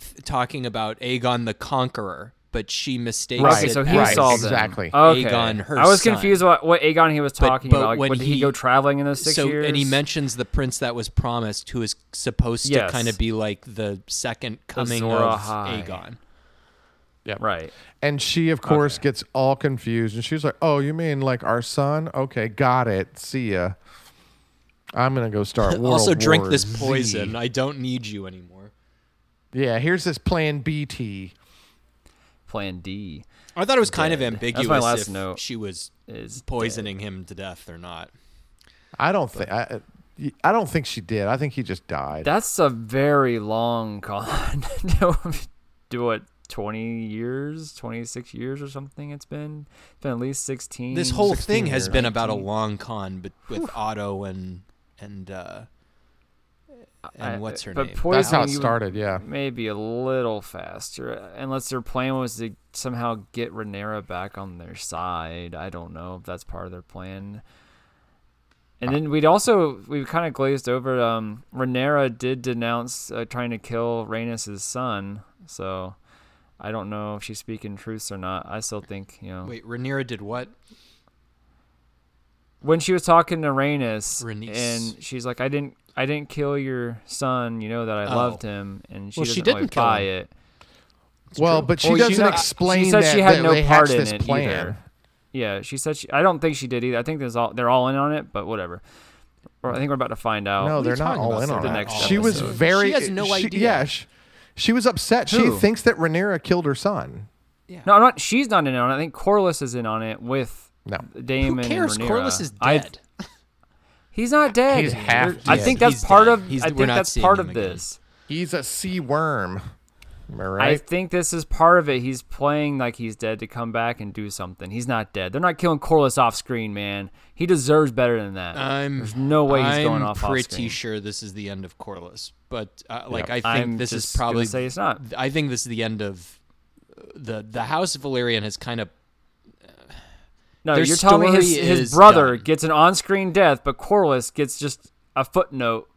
th- talking about Aegon the Conqueror, but she mistakes Right, Okay, it so he as right, saw them. exactly. Okay. Aegon, her I was son. confused about what Aegon he was talking but about. Like, when when did he, he- go traveling in those six so years? and he mentions the prince that was promised, who is supposed Yes. to kind of be like the second coming Azor of Ahai. Aegon. right. And she, of course, gets all confused, and she's like, "Oh, you mean like our son? Okay, got it. See ya. I'm gonna go start World also, drink War this Z." poison. I don't need you anymore. Yeah, here's this Plan B tea. Plan D I thought it was kind of Dead. That's my ambiguous last if note. she was is poisoning him to death or not. I don't think I, I don't think she did. I think he just died. That's a very long con. Do- Do it. 20 years, 26 years or something it's been. It's been at least 16. This whole 16 thing has years. been about a long con, but with Otto and and uh, and I- what's her but name? That's how poisoning it you- started. Yeah, maybe a little faster unless their plan was to somehow get Renera back on their side. I don't know if that's part of their plan. And then we'd also we kind of glazed over um Renera did denounce uh, trying to kill Rhaenys' son. So I don't know if she's speaking truths or not. I still think, you know, Wait, Rhaenyra did what? when she was talking to Rhaenys, Rhaenys. and she's like, "I didn't, I didn't kill your son. You know that I Oh. loved him." And she Well, doesn't she really didn't kill buy him. it. well, but she Well, doesn't not- explain She said that, she had that no they part hatched in this it plan. either. Yeah, she said she. I don't think she did either. I think there's all they're all in on it, but whatever. Or I think we're about to find out. No, are they're you not talking all about? in on The it. next she was episode. very. She has no idea. Yeah, she, she was upset. Who? She thinks that Rhaenyra killed her son. No, I'm not. She's not in on it. I think Corliss is in on it with No. Damon. Who cares? And Rhaenyra. Corlys is I- dead. he's not dead. He's half There- I dead. think that's He's part dead. of. He's- I we're think not that's seeing part him of again. this. He's a sea worm. Am I I right? think this is part of it. He's playing like he's dead to come back and do something. He's not dead. They're not killing Corliss off screen, man. He deserves better than that. I'm There's no way he's going I'm off pretty off-screen. sure this is the end of Corliss, but uh, like I think I'm this is just gonna probably say it's not. I think this is the end of uh, the the House Valerian has kind of No, Their you're telling me his, story his is brother done. gets an on-screen death, but Corliss gets just a footnote.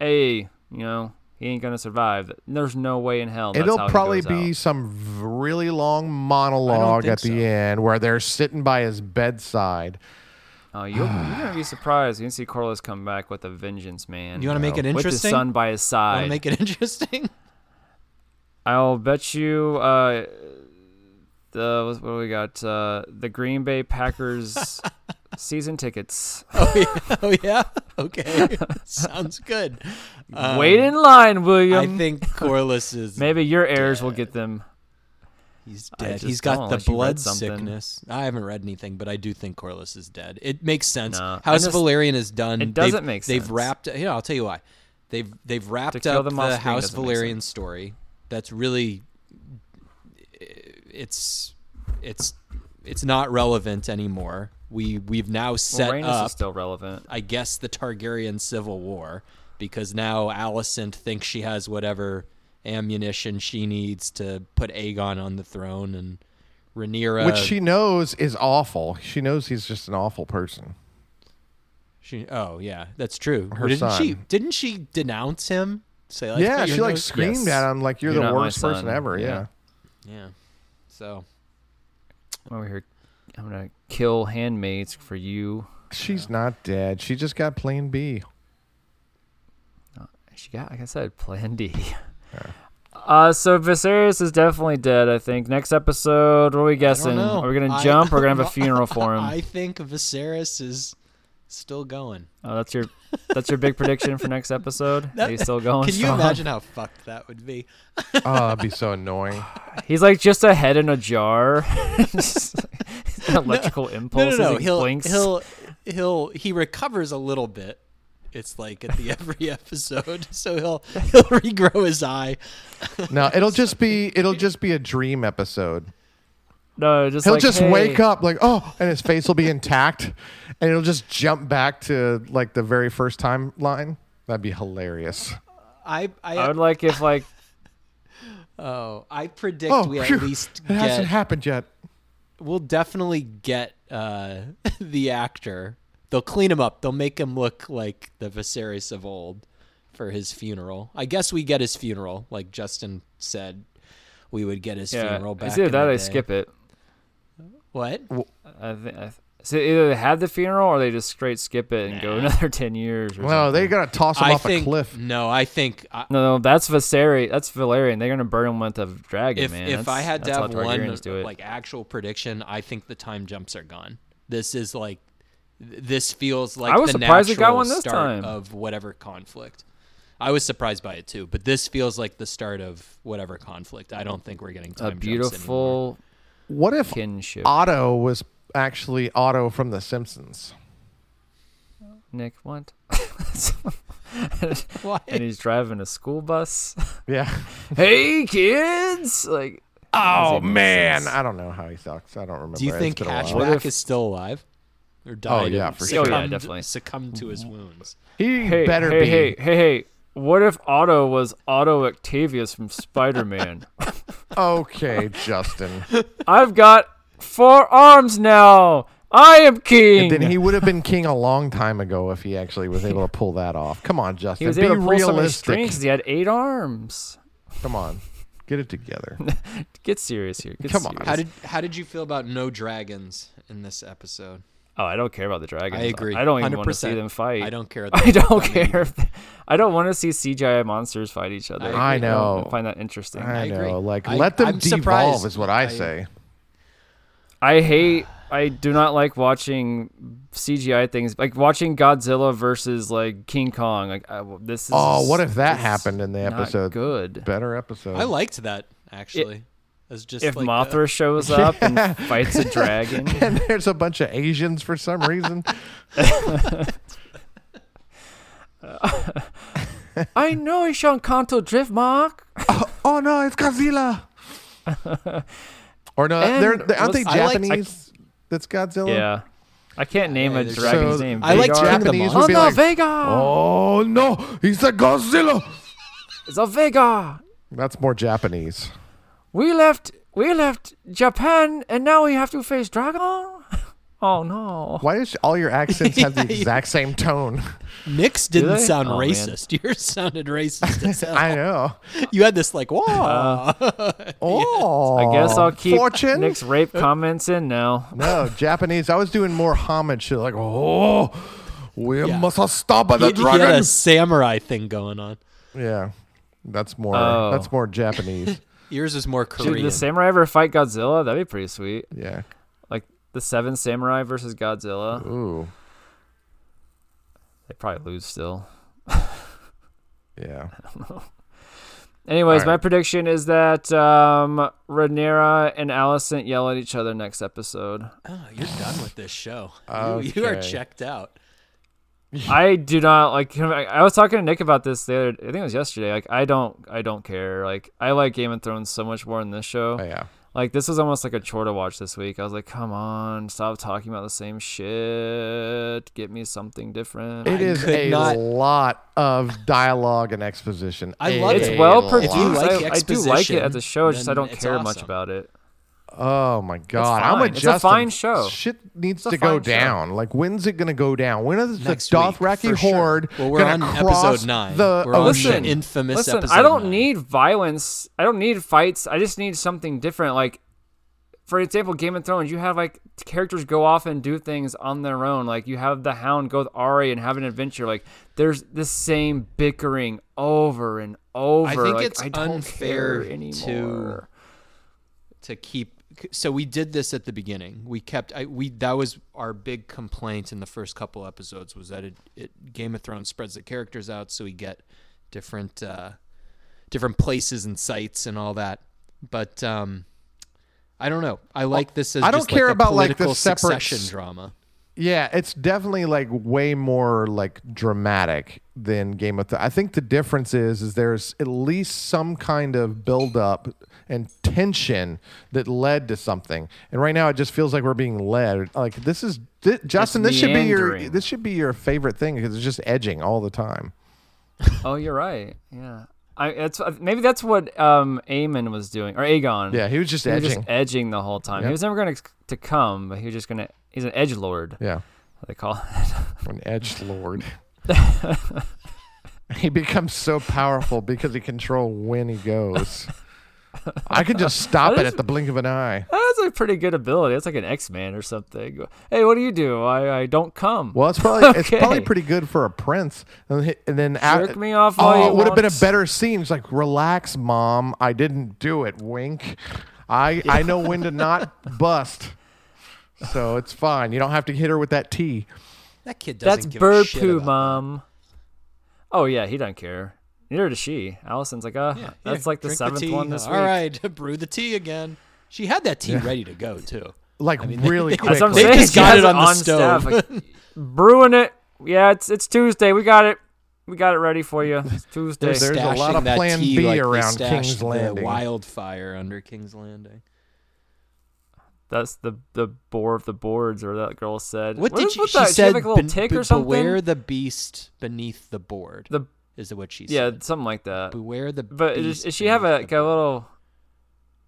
Hey, you know he ain't gonna survive. There's no way in hell. That's It'll how he probably goes be out. some v- really long monologue think at the so. end where they're sitting by his bedside. Oh, you'll, you're gonna be surprised. You can see Corliss come back with a vengeance, man. You wanna make it With his interesting? son by his want to side. make it interesting. I'll bet you. Uh, the what do we got? Uh, the Green Bay Packers season tickets. oh, yeah. oh yeah, okay, sounds good. Um, Wait in line, William. I think Corliss is Maybe your heirs will get them. He's I dead. just He's got don't, the unless you read blood something. sickness. I haven't read anything, but I do think Corliss is dead. It makes sense. No. House And this- Valerian is done. it doesn't they've, make sense. They've wrapped. You know, I'll tell you why. They've they've wrapped kill up them off the screen House doesn't make Valerian story. That's really it's it's it's not relevant anymore. We we've now set Uranus up is still relevant. I guess the Targaryen civil war because now Alicent thinks she has whatever ammunition she needs to put Aegon on the throne and Rhaenyra which she knows is awful. She knows he's just an awful person. she- oh yeah that's true Her didn't she son. didn't she denounce him say like yeah, "You're she like no-" screamed Yes. at him like you're, You're the not my worst person son." ever. Yeah. Yeah. yeah so I'm over here. I'm gonna kill handmaids for you. She's not dead. She just got Plan B. She got, like I said, Plan D. Uh, so Viserys is definitely dead. I think next episode. What are we guessing? know. Are we gonna I- jump? or We're gonna have a funeral for him. I think Viserys is still going oh, that's your that's your big prediction for next episode. That- Are you still going? can you strong? imagine how fucked that would be Oh, that'd be so annoying. He's like just a head in a jar. Just an electrical no no impulse. no as he he'll blinks. he'll he'll he recovers a little bit it's like at the every episode so he'll he'll regrow his eye No, it'll just be it'll just be a dream episode. no, just He'll like, just hey. wake up like oh, and his face will be intact, and it'll just jump back to like the very first timeline. That'd be hilarious. i i, I would like if like oh i predict Oh, we at phew, least it hasn't get happened yet. we'll definitely get uh the actor they'll clean him up they'll make him look like the Viserys of old for his funeral i guess we get his funeral like justin said we would get his yeah, funeral back it's either in that the or they day. skip it. what I think. I th- so either they have the funeral or they just straight skip it and go another ten years. Or No, something. they're gonna toss him i off think a cliff. no i think I, No, no, that's Viserys. That's Valerian. They're gonna burn him with a dragon, if man. if That's- I had to that's how have one Targaryens do it. like actual prediction, I think the time jumps are gone. This is like th- this feels like I was the surprised it got natural one this start time. of whatever conflict. I was surprised by it too, but this feels like the start of whatever conflict. I don't think we're getting time a jumps anymore. beautiful What if kinship. Otto was actually Otto from The Simpsons? Nick, what? Why? and he's driving a school bus. Yeah. hey, kids! Like, Oh make man, sense? I don't know how he talks. I don't remember. Do you It's think been a while. Hatchback is still alive? Or died? yeah, and for sure. Oh, yeah, succumbed- definitely. Succumbed to his wounds. He hey, better hey, be. hey, hey, hey! What if Otto was Otto Octavius from Spider-Man? Okay, Justin. I've got four arms now. I am king. then he would have been king a long time ago if he actually was able to pull that off. Come on, Justin. He was be able to pull some of his realistic. strings. 'cause He had eight arms. Come on. Get it together. Get serious here. Get Come on. serious. How did how did you feel about no dragons in this episode? Oh, I don't care about the dragons. I agree. I don't even 100%. want to see them fight. I don't care. I don't care. if they- I don't want to see CGI monsters fight each other. I don't know. find that interesting. I, I agree. know. Like, I- let them I'm devolve surprised. is what I, I- say. hate. I do not like watching CGI things. Like watching Godzilla versus like King Kong. Like I, this is. Oh, what if that this happened in the not episode? Good. Better episode. I liked that actually. As just If like uh, uh, Mothra the- shows up and fights a dragon. and there's a bunch of Asians for some reason. I know it's on Kanto Drift, Mark. oh no, it's Godzilla. or no, And they're, they're, aren't they was- I like- Japanese? that's Godzilla. Yeah. I can't name Yeah, a there's- dragon's So, name. I like Vagar? King the Japanese Mon- would Oh be no, like, Vega! oh no, he's a Godzilla. It's a Vega. That's more Japanese. We left. We left Japan, and now we have to face Dragon. Oh no! Why does all your accents have the exact same tone? Nick's didn't they? sound Oh, man. racist. Yours sounded racist as hell. I Uh, know. you had this like, whoa. Oh, I guess I'll keep fortune. Nick's rape comments in now. no, Japanese. I was doing more homage to like, oh, we Yeah. must stop by the he, he had dragon. a samurai thing going on. Yeah, that's more. Oh. That's more Japanese. Yours is more Dude, Korean. the samurai ever fight Godzilla? That'd be pretty sweet. yeah. Like the Seven Samurai versus Godzilla. Ooh. They probably lose still. Yeah. Anyways, All right. my prediction is that um, Rhaenyra and Alicent yell at each other next episode. Oh, you're done with this show. You, you are Okay. checked out. I do not like. I I was talking to Nick about this the other. I think it was yesterday. Like, I don't. I don't care. Like, I like Game of Thrones so much more than this show. Oh, yeah. Like, this was almost like a chore to watch this week. I was like, come on, stop talking about the same shit. Get me something different. It is could a not- lot of dialogue and exposition. I A love it. it's well lot. produced. If you like I, I do like it exposition, at the show. It's just I then don't it's care much awesome. about it. Oh my god! I'm fine. It's a adjusting. fine show. Shit needs a to go fine show. down. Like when's it gonna go down? When is Next the week, Dothraki for sure. horde Well, we're gonna on cross episode nine. the We're on ocean? the infamous Listen, episode. I don't nine. need violence. I don't need fights. I just need something different. Like, for example, Game of Thrones, you have like characters go off and do things on their own. Like, you have the Hound go with Arya and have an adventure. Like, there's the same bickering over and over. I think Like, it's I don't unfair care to- anymore. to keep. So we did this at the beginning. We kept. I, we that was our big complaint in the first couple episodes was that it, it Game of Thrones spreads the characters out, so we get different uh, different places and sites and all that. But um, I don't know. I like this as I don't just care like a about, like, the political separate succession s- drama. Yeah, it's definitely like way more like dramatic than Game of Thrones. I think the difference is is there's at least some kind of buildup and tension that led to something. And right now, it just feels like we're being led. Like this is thi- Justin. This should be your meandering. this should be your favorite thing because it's just edging all the time. Oh, you're right. Yeah. I, that's maybe that's what um Aemon was doing or Aegon. Yeah, he was just He was edging. just edging the whole time. He Yep. was never going to to come, but he was just going to. He's an edge lord. yeah, They call it. an edge lord. he becomes so powerful because he control when he goes. I could just stop it at the blink of an eye. That's a pretty good ability. That's like an X Man or something. Hey, what do you do? I, I don't come. Well, it's probably it's Okay. probably pretty good for a prince. And, he- and then out- Jerk me off all Oh, you it would have been a want. better scene. It's like, relax, mom. I didn't do it. Wink. I I know when to not bust. So it's fine. You don't have to hit her with that T. That kid doesn't That's give a bird shit poo, about mom. Oh yeah, he doesn't care. Neither does she. Allison's like, uh, Yeah, that's here, like the drink seventh tea. one this week. All right, brew the tea again. She had that tea ready to go too. Like really That's what I'm quickly. They saying. just She got has it on the staff, stove. like, brewing it. Yeah, it's it's Tuesday. We got it. We got it ready for you. It's Tuesday. There's a stashing lot of that Plan tea B like they around stashed King's the Landing. wildfire under King's Landing. That's the the bore of the boards, or that girl said. What, did is she, with she that? said? She had, like a little "Be- tick be- or something. Beware the beast beneath the board. the is what she yeah, said. something like that. Beware the. But beast is, does she have a, beneath like the a board." little?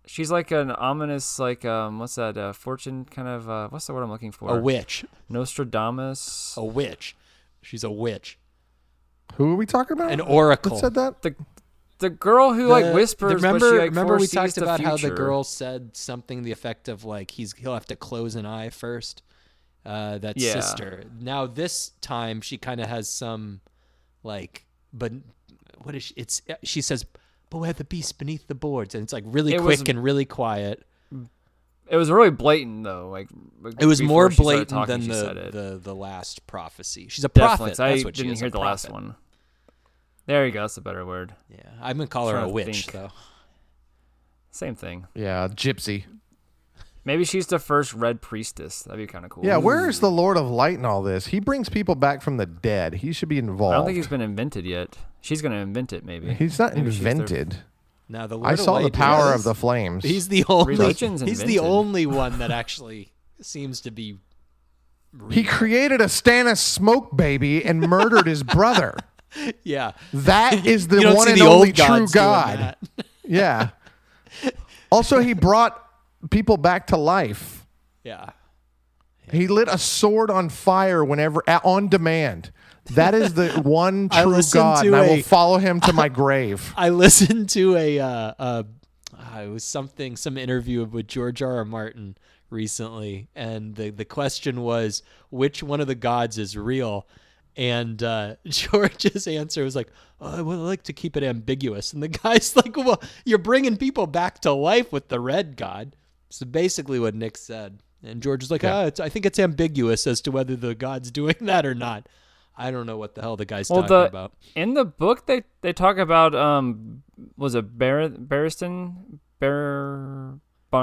She's like an ominous, like um, what's that? Uh, fortune kind of. Uh, what's the word I'm looking for? a witch? Nostradamus. A witch. She's a witch. Who are we talking about? An oracle. That said that. The the girl who The- like the- whispers. Remember, but she, like, remember we foresees talked the about how the future. girl said something to the effect of like he's he'll have to close an eye first. Uh, that Yeah. sister. Now this time she kind of has some like, but what is she, it's? She says, "Beware the beast beneath the boards," and it's like really It was- quick and really quiet. It was really blatant though. Like It was before more she started blatant talking, than she the, said it. the the last prophecy. She's a Definitely, prophet. 'cause I That's what she didn't is, a hear the last prophet. one. There you go. That's a better word. Yeah, I'm gonna call her Trying a to witch think. though. Same thing. Yeah, gypsy. Maybe she's the first red priestess. That'd be kind of cool. Yeah, where is the Lord of Light in all this? He brings people back from the dead. He should be involved. I don't think he's been invented yet. She's gonna invent it, maybe. He's not Maybe she's their- invented. Now the Lord I of saw the Light power of is- the flames. He's the only. Religion's he's the invented. only one that actually seems to be. He real. created a Stannis smoke baby and murdered his brother. yeah. That is the you don't one see and the only old true gods doing God. that. Yeah. Also, he brought people back to life. Yeah. He lit a sword on fire whenever a- on demand. That is the one I true listened God, to and I a- will follow him to my grave. I listened to a uh, uh, ah, it was something some interview with George R. R. Martin recently, and the the question was which one of the gods is real. And uh, George's answer was like, oh, "I would like to keep it ambiguous." And the guy's like, "Well, you're bringing people back to life with the red god." So basically, what Nick said. And George is like, Yeah. "Ah, it's, I think it's ambiguous as to whether the god's doing that or not." I don't know what the hell the guy's Well, talking the- about. In the book, they they talk about um was it Bar- Barristan Bar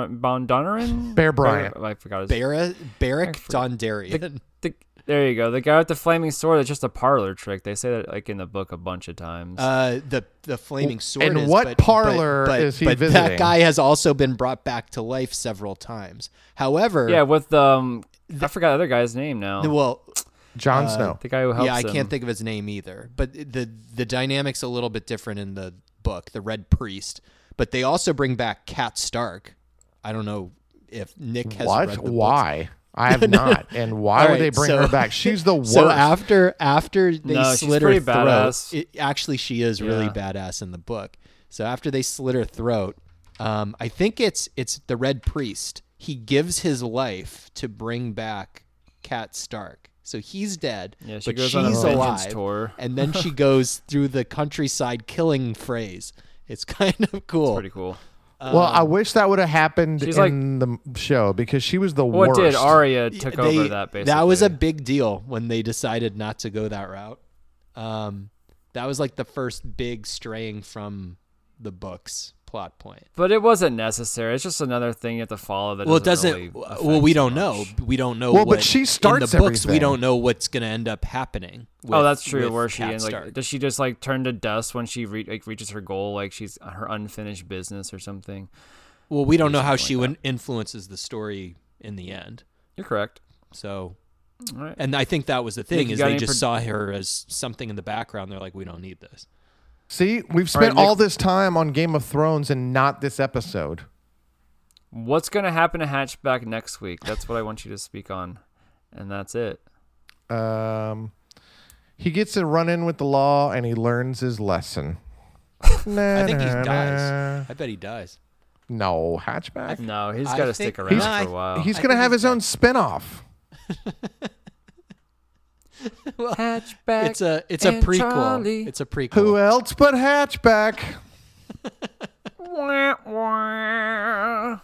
Bon Bondonarin? Bear Uh, Bryant. Bar- I forgot his Barra, Barrack forgot. Dondarian. The, there you go. The guy with the flaming sword is just a parlor trick. They say that like in the book a bunch of times. Uh, the the flaming sword. and is, what but- but- parlor but- is he But visiting? that guy has also been brought back to life several times. However, yeah, with um, I forgot the other guy's name now. well, Jon Snow. the guy who helps. yeah, I him. can't think of his name either. But the the dynamics a little bit different in the book, the Red Priest. But they also bring back Cat Stark. I don't know if Nick has read What? the books. Why? I have not. And why All would they right, bring so- her back? She's the worst. So after after they No, she's slit her pretty throat, badass. it- actually she is really badass in the book. So after they slit her throat, um, I think it's it's the Red Priest. He gives his life to bring back Cat Stark. So he's dead, Yeah, she but goes she's on a vengeance alive. tour. And then she goes through the countryside killing phrase. It's kind of cool. Pretty cool. uh, well, I wish that would have happened She's in the show because she was the What worst. did Arya took They- over that basically? was a big deal when they decided not to go that route. Um, that was like the first big straying from the books plot point. but it wasn't necessary. It's just another thing you have to follow. That Well, it doesn't. really well, affect we don't much. know. We don't know. Well, but what, she in starts the books. We everything. don't know what's going to end up happening. With, oh, that's true. with Where she Kat and Stark. like does she just like turn to dust when she re- like reaches her goal? Like she's uh, her unfinished business or something. well, we don't know how she win- influences the story in the end. You're correct. So, All right. and I think that was the thing you is got they any just pro- saw her as something in the background. They're like, we don't need this. See, we've spent right, Nick- all this time on Game of Thrones and not this episode. What's gonna happen to Hatchback next week? That's what I want you to speak on, and that's it. Um, he gets to run in with the law and he learns his lesson. I think he dies. I bet he dies. No, hatchback. No, he's I got to think- stick around No, I- for a while. He's I going to think have he's his own spinoff. Hatchback. It's a it's a and prequel. Charlie. It's a prequel. Who else but Hatchback? Wah, wah.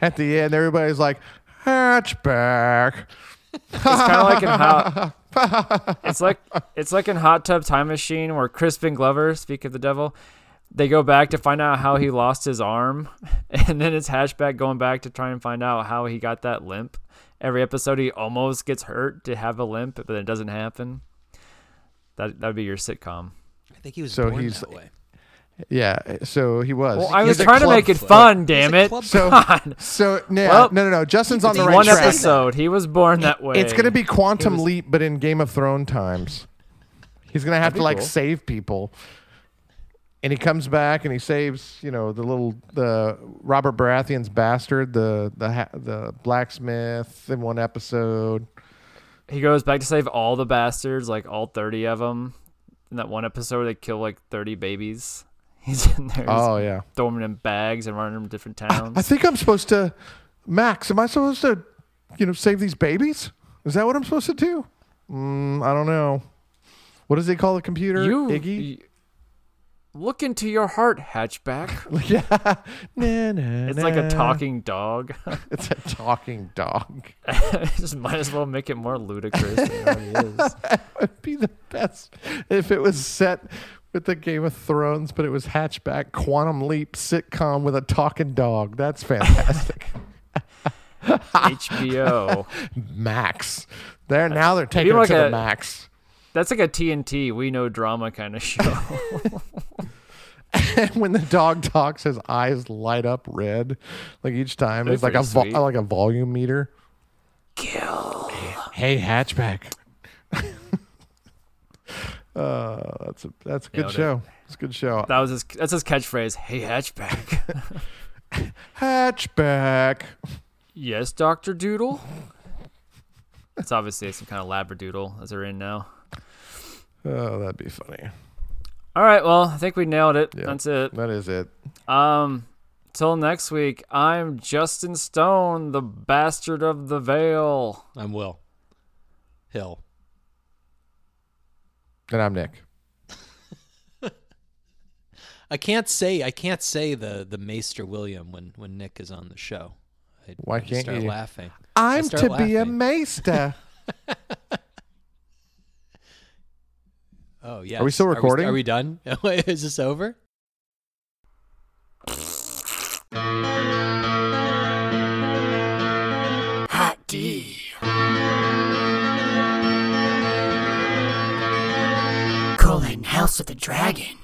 At the end, everybody's like, Hatchback. It's kind of like in hot. It's like it's like in Hot Tub Time Machine where Crispin Glover, speak of the devil, they go back to find out how he lost his arm, and then it's Hatchback going back to try and find out how he got that limp. Every episode, he almost gets hurt to have a limp, but it doesn't happen. That that'd be your sitcom. I think he was So born he's- that way. Yeah, eh, so he was. Well, I He's was a trying to club make it foot. fun. Damn it! club So, God. so no, Well, no, no, no. Justin's on the it's right One track. episode, he was born that way. track. It's gonna be Quantum He was- Leap, but in Game of Thrones times. He's gonna have That'd to be like cool. save people, and he comes back and he saves, you know, the little the Robert Baratheon's bastard, the the ha- the blacksmith in one episode. he goes back to save all the bastards, like all 30 of them. In that one episode, they kill like 30 babies. He's in there, just Oh yeah, throwing them in bags and running them to different I towns. think I'm supposed to, Max. Am I supposed to, you know, save these babies? Is that what I'm supposed to do? Mm, I don't know. What does he call the computer? you, Iggy. you- look into your heart, hatchback. yeah. Na, na, It's like a na. talking dog. It's a talking dog. just might as well make it more ludicrous than it already is. It'd be the best if it was set with the Game of Thrones, but it was hatchback quantum leap sitcom with a talking dog. That's fantastic. HBO. Max. They're now they're taking Maybe it like to a- the max. That's like a TNT, we know drama kind of show. And when the dog talks, his eyes light up red. Like each time, That'd it's be like a pretty vo- sweet. like a volume meter. Kill. Hey, hatchback. uh, that's a that's a good Nailed it. show. It's a good show. That was his. That's his catchphrase. Hey, hatchback. Hatchback. Yes, Doctor Doodle. It's obviously some kind of labradoodle as they're in now. Oh, that'd be funny. All right, well, I think we nailed it. Yeah. That's it. That is it. Um, till next week. I'm Justin Stone, the bastard of the veil. I'm Will Hill. And I'm Nick. I can't say I can't say the the Maester William when when Nick is on the show. I, Why I just can't start you? laughing? I'm start to be a laughing. maester. Oh yeah. Are we still recording? Are we, done? Is this over? Hot D. Colon House of the Dragon.